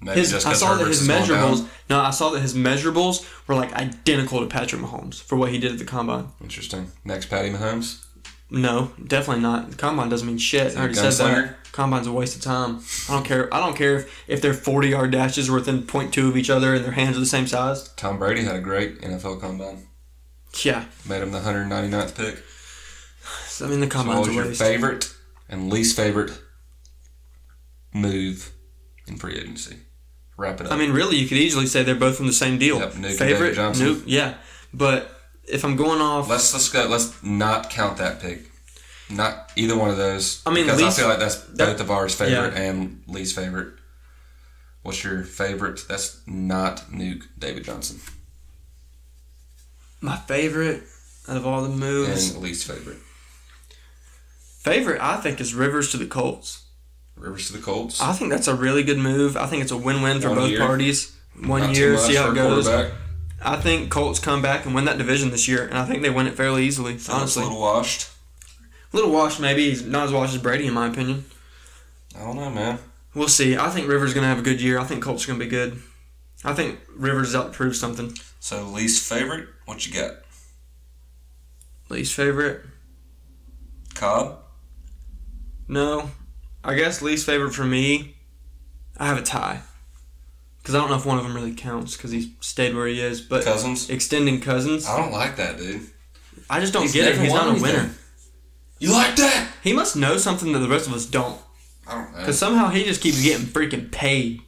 [SPEAKER 1] Maybe
[SPEAKER 2] His,
[SPEAKER 1] just
[SPEAKER 2] I
[SPEAKER 1] 'cause
[SPEAKER 2] saw that
[SPEAKER 1] Herbert's is
[SPEAKER 2] his
[SPEAKER 1] going down.
[SPEAKER 2] measurables. No, I saw that his measurables were like identical to Patrick Mahomes for what he did at the combine.
[SPEAKER 1] Interesting. Next, Patty Mahomes.
[SPEAKER 2] No, definitely not. The combine doesn't mean shit. I already said
[SPEAKER 1] gunslinger?
[SPEAKER 2] that. Combine's a waste of time. I don't care. I don't care if, if their forty yard dashes are within 0.2 of each other and their hands are the same size.
[SPEAKER 1] Tom Brady had a great NFL combine.
[SPEAKER 2] Yeah,
[SPEAKER 1] Made him the 199th pick.
[SPEAKER 2] I mean
[SPEAKER 1] So what
[SPEAKER 2] the combine's
[SPEAKER 1] was
[SPEAKER 2] a
[SPEAKER 1] your
[SPEAKER 2] waste.
[SPEAKER 1] favorite and least favorite move in free agency? Wrap it up.
[SPEAKER 2] I mean, really, you could easily say they're both from the same deal.
[SPEAKER 1] Yep, Nuke and David
[SPEAKER 2] favorite,
[SPEAKER 1] Johnson.
[SPEAKER 2] Nuke, yeah. But if I'm going off,
[SPEAKER 1] let's let's go. Let's not count that pick. Not either one of those.
[SPEAKER 2] I mean,
[SPEAKER 1] because
[SPEAKER 2] least-
[SPEAKER 1] I feel like that's
[SPEAKER 2] that-
[SPEAKER 1] both of ours favorite and least favorite. What's your favorite? That's not Nuke David Johnson
[SPEAKER 2] my favorite out of all the moves,
[SPEAKER 1] and least favorite.
[SPEAKER 2] favorite I think is Rivers to the Colts.
[SPEAKER 1] Rivers to the Colts.
[SPEAKER 2] I think that's a really good move. I think it's a win-win for
[SPEAKER 1] One
[SPEAKER 2] both
[SPEAKER 1] year.
[SPEAKER 2] parties. One
[SPEAKER 1] Not too
[SPEAKER 2] year,
[SPEAKER 1] much
[SPEAKER 2] see how
[SPEAKER 1] for
[SPEAKER 2] it
[SPEAKER 1] a
[SPEAKER 2] goes.
[SPEAKER 1] quarterback.
[SPEAKER 2] I think Colts come back and win that division this year, and I think they win it fairly easily.
[SPEAKER 1] Honestly,
[SPEAKER 2] Honestly,
[SPEAKER 1] a little washed.
[SPEAKER 2] little wash maybe. He's not as washed as Brady, in my opinion.
[SPEAKER 1] I don't know, man.
[SPEAKER 2] We'll see. I think Rivers gonna have a good year. I think Colts are gonna be good. I think Rivers is out to prove something.
[SPEAKER 1] So least favorite. What you got?
[SPEAKER 2] Least favorite?
[SPEAKER 1] Cobb.
[SPEAKER 2] No, I guess least favorite for me. I have a tie because I don't know if one of them really counts because he stayed where he is. But
[SPEAKER 1] Cousins.
[SPEAKER 2] extending Cousins,
[SPEAKER 1] I don't like that, dude.
[SPEAKER 2] I just don't
[SPEAKER 1] He's
[SPEAKER 2] get it.
[SPEAKER 1] never
[SPEAKER 2] He's
[SPEAKER 1] won
[SPEAKER 2] not a
[SPEAKER 1] anything.
[SPEAKER 2] winner.
[SPEAKER 1] You like that?
[SPEAKER 2] He must know something that the rest of us don't.
[SPEAKER 1] I don't know.
[SPEAKER 2] Because somehow he just keeps getting freaking paid.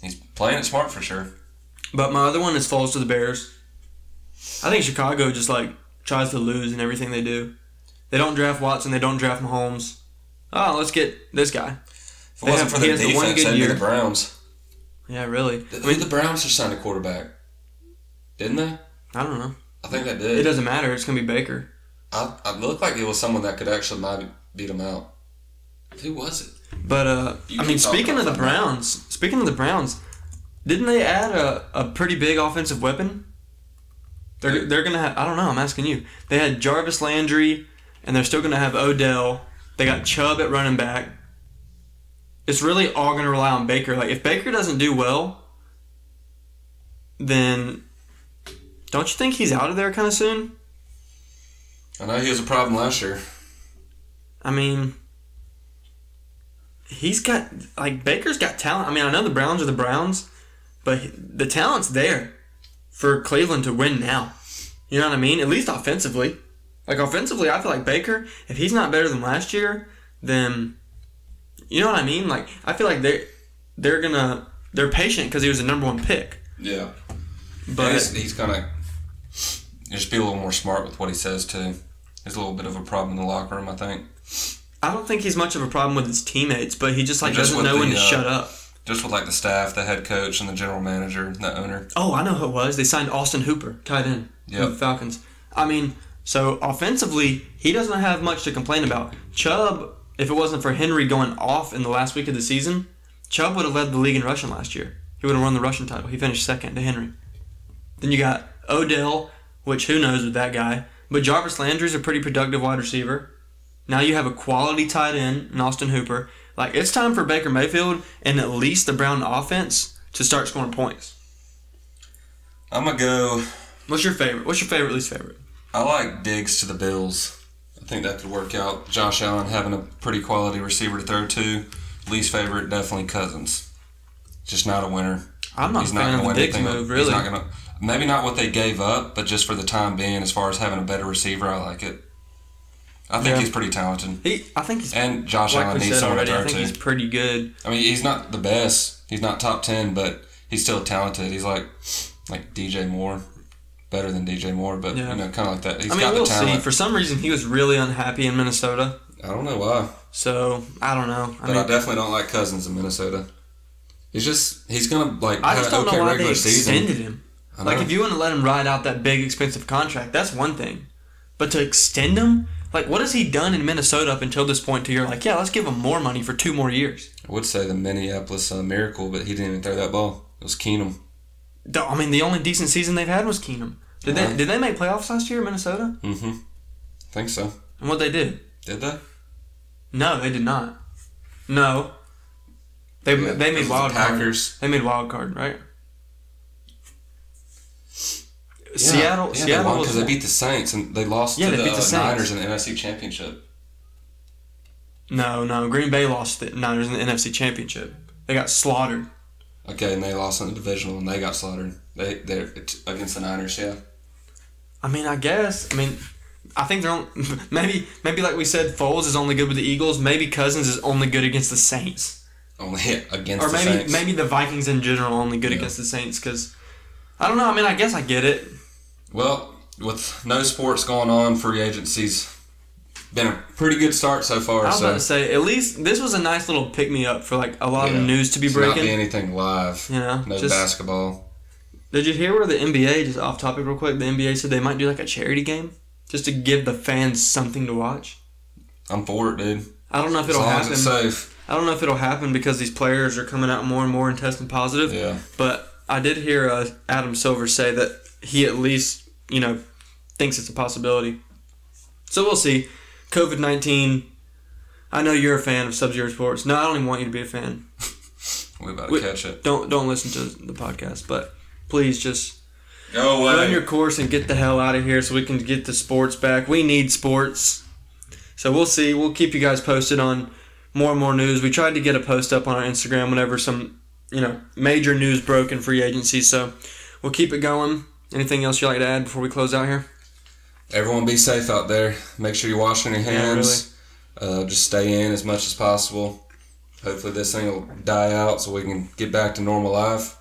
[SPEAKER 1] He's playing it smart for sure.
[SPEAKER 2] But my other one is falls to the Bears. I think Chicago just like tries to lose in everything they do. They don't draft Watson. They don't draft Mahomes. Oh, let's get this guy.
[SPEAKER 1] If it
[SPEAKER 2] They
[SPEAKER 1] wasn't
[SPEAKER 2] have-
[SPEAKER 1] for
[SPEAKER 2] he
[SPEAKER 1] their
[SPEAKER 2] has the one
[SPEAKER 1] defense,
[SPEAKER 2] good
[SPEAKER 1] they'd be
[SPEAKER 2] year.
[SPEAKER 1] the Browns.
[SPEAKER 2] Yeah, really.
[SPEAKER 1] I mean, the Browns just signed a quarterback, didn't they?
[SPEAKER 2] I don't know.
[SPEAKER 1] I think they
[SPEAKER 2] It
[SPEAKER 1] did.
[SPEAKER 2] doesn't matter. It's gonna be Baker.
[SPEAKER 1] I, I looked like it was someone that could actually might beat them out. Who was it?
[SPEAKER 2] But uh,
[SPEAKER 1] You
[SPEAKER 2] I
[SPEAKER 1] can
[SPEAKER 2] mean,
[SPEAKER 1] talk
[SPEAKER 2] speaking
[SPEAKER 1] about
[SPEAKER 2] of the
[SPEAKER 1] that.
[SPEAKER 2] Browns, speaking of the Browns, didn't they add a, a pretty big offensive weapon? They're,
[SPEAKER 1] Who?
[SPEAKER 2] they're gonna have. I don't know. I'm asking you. They had Jarvis Landry, and they're still gonna have Odell. They got Chubb at running back. It's really all gonna rely on Baker. Like if Baker doesn't do well, then don't you think he's out of there kind of soon?
[SPEAKER 1] I know he was a problem last year.
[SPEAKER 2] I mean, he's got like Baker's got talent. I mean, I know the Browns are the Browns, but he- the talent's there for Cleveland to win now. You know what I mean? At least offensively. Like offensively, I feel like Baker, if he's not better than last year, then you know what I mean? Like I feel like they they're gonna they're patient because he was the number one pick.
[SPEAKER 1] Yeah, but he's,
[SPEAKER 2] But
[SPEAKER 1] he's gonna just be a little more smart with what he says too. There's a little bit of a problem in the locker room, I think.
[SPEAKER 2] I don't think he's much of a problem with his teammates, but he just like
[SPEAKER 1] Just
[SPEAKER 2] doesn't
[SPEAKER 1] with
[SPEAKER 2] know when
[SPEAKER 1] the,
[SPEAKER 2] to
[SPEAKER 1] uh,
[SPEAKER 2] shut up.
[SPEAKER 1] Just with like the staff, the head coach, and the general manager, and the owner.
[SPEAKER 2] Oh, I know who it was. They signed Austin Hooper, tight end
[SPEAKER 1] Yep.
[SPEAKER 2] from the Falcons. I mean, so offensively, he doesn't have much to complain about. Chubb, if it wasn't for Henry going off in the last week of the season, Chubb would have led the league in rushing last year. He would have won the rushing title. He finished second to Henry. Then you got Odell, which who knows with that guy. But Jarvis Landry's a pretty productive wide receiver. Now you have a quality tight end, in Austin Hooper. Like it's time for Baker Mayfield and at least the Brown offense to start scoring points.
[SPEAKER 1] I'm gonna go.
[SPEAKER 2] What's your favorite? What's your favorite least favorite?
[SPEAKER 1] I like digs to the Bills. I think that could work out. Josh Allen having a pretty quality receiver to throw to. Least favorite, definitely Cousins. Just not a winner.
[SPEAKER 2] I'm not
[SPEAKER 1] He's
[SPEAKER 2] a
[SPEAKER 1] not going to
[SPEAKER 2] fan of the
[SPEAKER 1] win
[SPEAKER 2] Diggs
[SPEAKER 1] anything.
[SPEAKER 2] move,
[SPEAKER 1] He's
[SPEAKER 2] really.
[SPEAKER 1] not going to. Maybe not what they gave up, but just for the time being, as far as having a better receiver, I like it. I think
[SPEAKER 2] Yeah.
[SPEAKER 1] he's pretty talented,
[SPEAKER 2] He, I think he's
[SPEAKER 1] and Josh
[SPEAKER 2] like
[SPEAKER 1] Allen
[SPEAKER 2] we
[SPEAKER 1] needs
[SPEAKER 2] said
[SPEAKER 1] someone to
[SPEAKER 2] already. I
[SPEAKER 1] throw
[SPEAKER 2] think
[SPEAKER 1] to.
[SPEAKER 2] he's pretty good.
[SPEAKER 1] I mean, he's not the best. He's not top ten, but he's still talented. He's like like DJ Moore, better than DJ Moore, but
[SPEAKER 2] Yeah.
[SPEAKER 1] you know, kind of like that. He's
[SPEAKER 2] I mean,
[SPEAKER 1] got
[SPEAKER 2] we'll
[SPEAKER 1] the
[SPEAKER 2] see.
[SPEAKER 1] talent.
[SPEAKER 2] For some reason, he was really unhappy in Minnesota.
[SPEAKER 1] I don't know why.
[SPEAKER 2] So I don't know. I
[SPEAKER 1] But I,
[SPEAKER 2] mean,
[SPEAKER 1] definitely don't like Cousins in Minnesota. He's just he's gonna like
[SPEAKER 2] I
[SPEAKER 1] have
[SPEAKER 2] just
[SPEAKER 1] an
[SPEAKER 2] don't
[SPEAKER 1] okay
[SPEAKER 2] know why they
[SPEAKER 1] regular
[SPEAKER 2] extended
[SPEAKER 1] season.
[SPEAKER 2] him.
[SPEAKER 1] I
[SPEAKER 2] Like,
[SPEAKER 1] know.
[SPEAKER 2] if you want to let him ride out that big, expensive contract, that's one thing. But to extend him, like, what has he done in Minnesota up until this point? To you're like, yeah, let's give him more money for two more years.
[SPEAKER 1] I would say the Minneapolis uh, Miracle, but he didn't even throw that ball. It was Keenum.
[SPEAKER 2] The- I mean, the only decent season they've had was Keenum. Did
[SPEAKER 1] Uh-huh.
[SPEAKER 2] they did they make playoffs last year, in Minnesota?
[SPEAKER 1] Mm-hmm. think so.
[SPEAKER 2] And what they did?
[SPEAKER 1] Did they?
[SPEAKER 2] No, they did not. No. They
[SPEAKER 1] Yeah, this
[SPEAKER 2] they
[SPEAKER 1] is
[SPEAKER 2] made
[SPEAKER 1] the
[SPEAKER 2] wild card.
[SPEAKER 1] Packers.
[SPEAKER 2] They made wild card, right?
[SPEAKER 1] yeah,
[SPEAKER 2] Seattle.
[SPEAKER 1] they
[SPEAKER 2] Seattle
[SPEAKER 1] won
[SPEAKER 2] was.
[SPEAKER 1] because they beat the Saints and they lost
[SPEAKER 2] Yeah,
[SPEAKER 1] to
[SPEAKER 2] they
[SPEAKER 1] the,
[SPEAKER 2] beat the
[SPEAKER 1] uh,
[SPEAKER 2] Saints.
[SPEAKER 1] Niners in the NFC Championship.
[SPEAKER 2] no, no. Green Bay lost the Niners in the NFC Championship. They got slaughtered.
[SPEAKER 1] Okay, and they lost in the divisional and they got slaughtered. They they against the Niners, yeah.
[SPEAKER 2] I mean, I guess. I mean, I think they're on, <laughs> maybe maybe like we said, Foles is only good with the Eagles. Maybe Cousins is only good against the Saints,
[SPEAKER 1] Only <laughs> against
[SPEAKER 2] or
[SPEAKER 1] the
[SPEAKER 2] maybe
[SPEAKER 1] Saints.
[SPEAKER 2] maybe the Vikings in general are only good
[SPEAKER 1] Yeah.
[SPEAKER 2] against the Saints because. I don't know. I mean, I guess I get it.
[SPEAKER 1] Well, with no sports going on, free agency's been a pretty good start so far.
[SPEAKER 2] I was
[SPEAKER 1] so
[SPEAKER 2] about to say, at least this was a nice little pick me up for like a lot
[SPEAKER 1] Yeah.
[SPEAKER 2] of news to be
[SPEAKER 1] it's
[SPEAKER 2] breaking.
[SPEAKER 1] not be anything live.
[SPEAKER 2] You know,
[SPEAKER 1] no
[SPEAKER 2] just-
[SPEAKER 1] basketball.
[SPEAKER 2] Did you hear where the NBA just off topic real quick? The NBA said they might do like a charity game just to give the fans something to watch.
[SPEAKER 1] I'm for it, dude.
[SPEAKER 2] I don't know if
[SPEAKER 1] As
[SPEAKER 2] it'll
[SPEAKER 1] long
[SPEAKER 2] happen.
[SPEAKER 1] as it's uh, safe.
[SPEAKER 2] I don't know if it'll happen because these players are coming out more and more and testing positive.
[SPEAKER 1] Yeah.
[SPEAKER 2] But I did hear uh, Adam Silver say that he at least you know thinks it's a possibility. So we'll see. COVID nineteen. I know you're a fan of Sub Zero Sports. No, I don't even want you to be a fan.
[SPEAKER 1] We about to
[SPEAKER 2] We-
[SPEAKER 1] catch it.
[SPEAKER 2] Don't don't listen to the podcast, but please just
[SPEAKER 1] Go away.
[SPEAKER 2] Run your course and get the hell out of here so we can get the sports back. We need sports. So we'll see. We'll keep you guys posted on more and more news. We tried to get a post up on our Instagram whenever some, you know, major news broke in free agency. So we'll keep it going. Anything else you'd like to add before we close out here?
[SPEAKER 1] Everyone be safe out there. Make sure you're washing your hands. uh, just stay in as much as possible. Hopefully, this thing will die out so we can get back to normal life.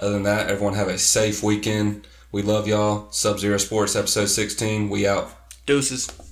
[SPEAKER 1] Other than that, everyone have a safe weekend. We love y'all. Sub Zero Sports, episode 16. We out.
[SPEAKER 2] Deuces.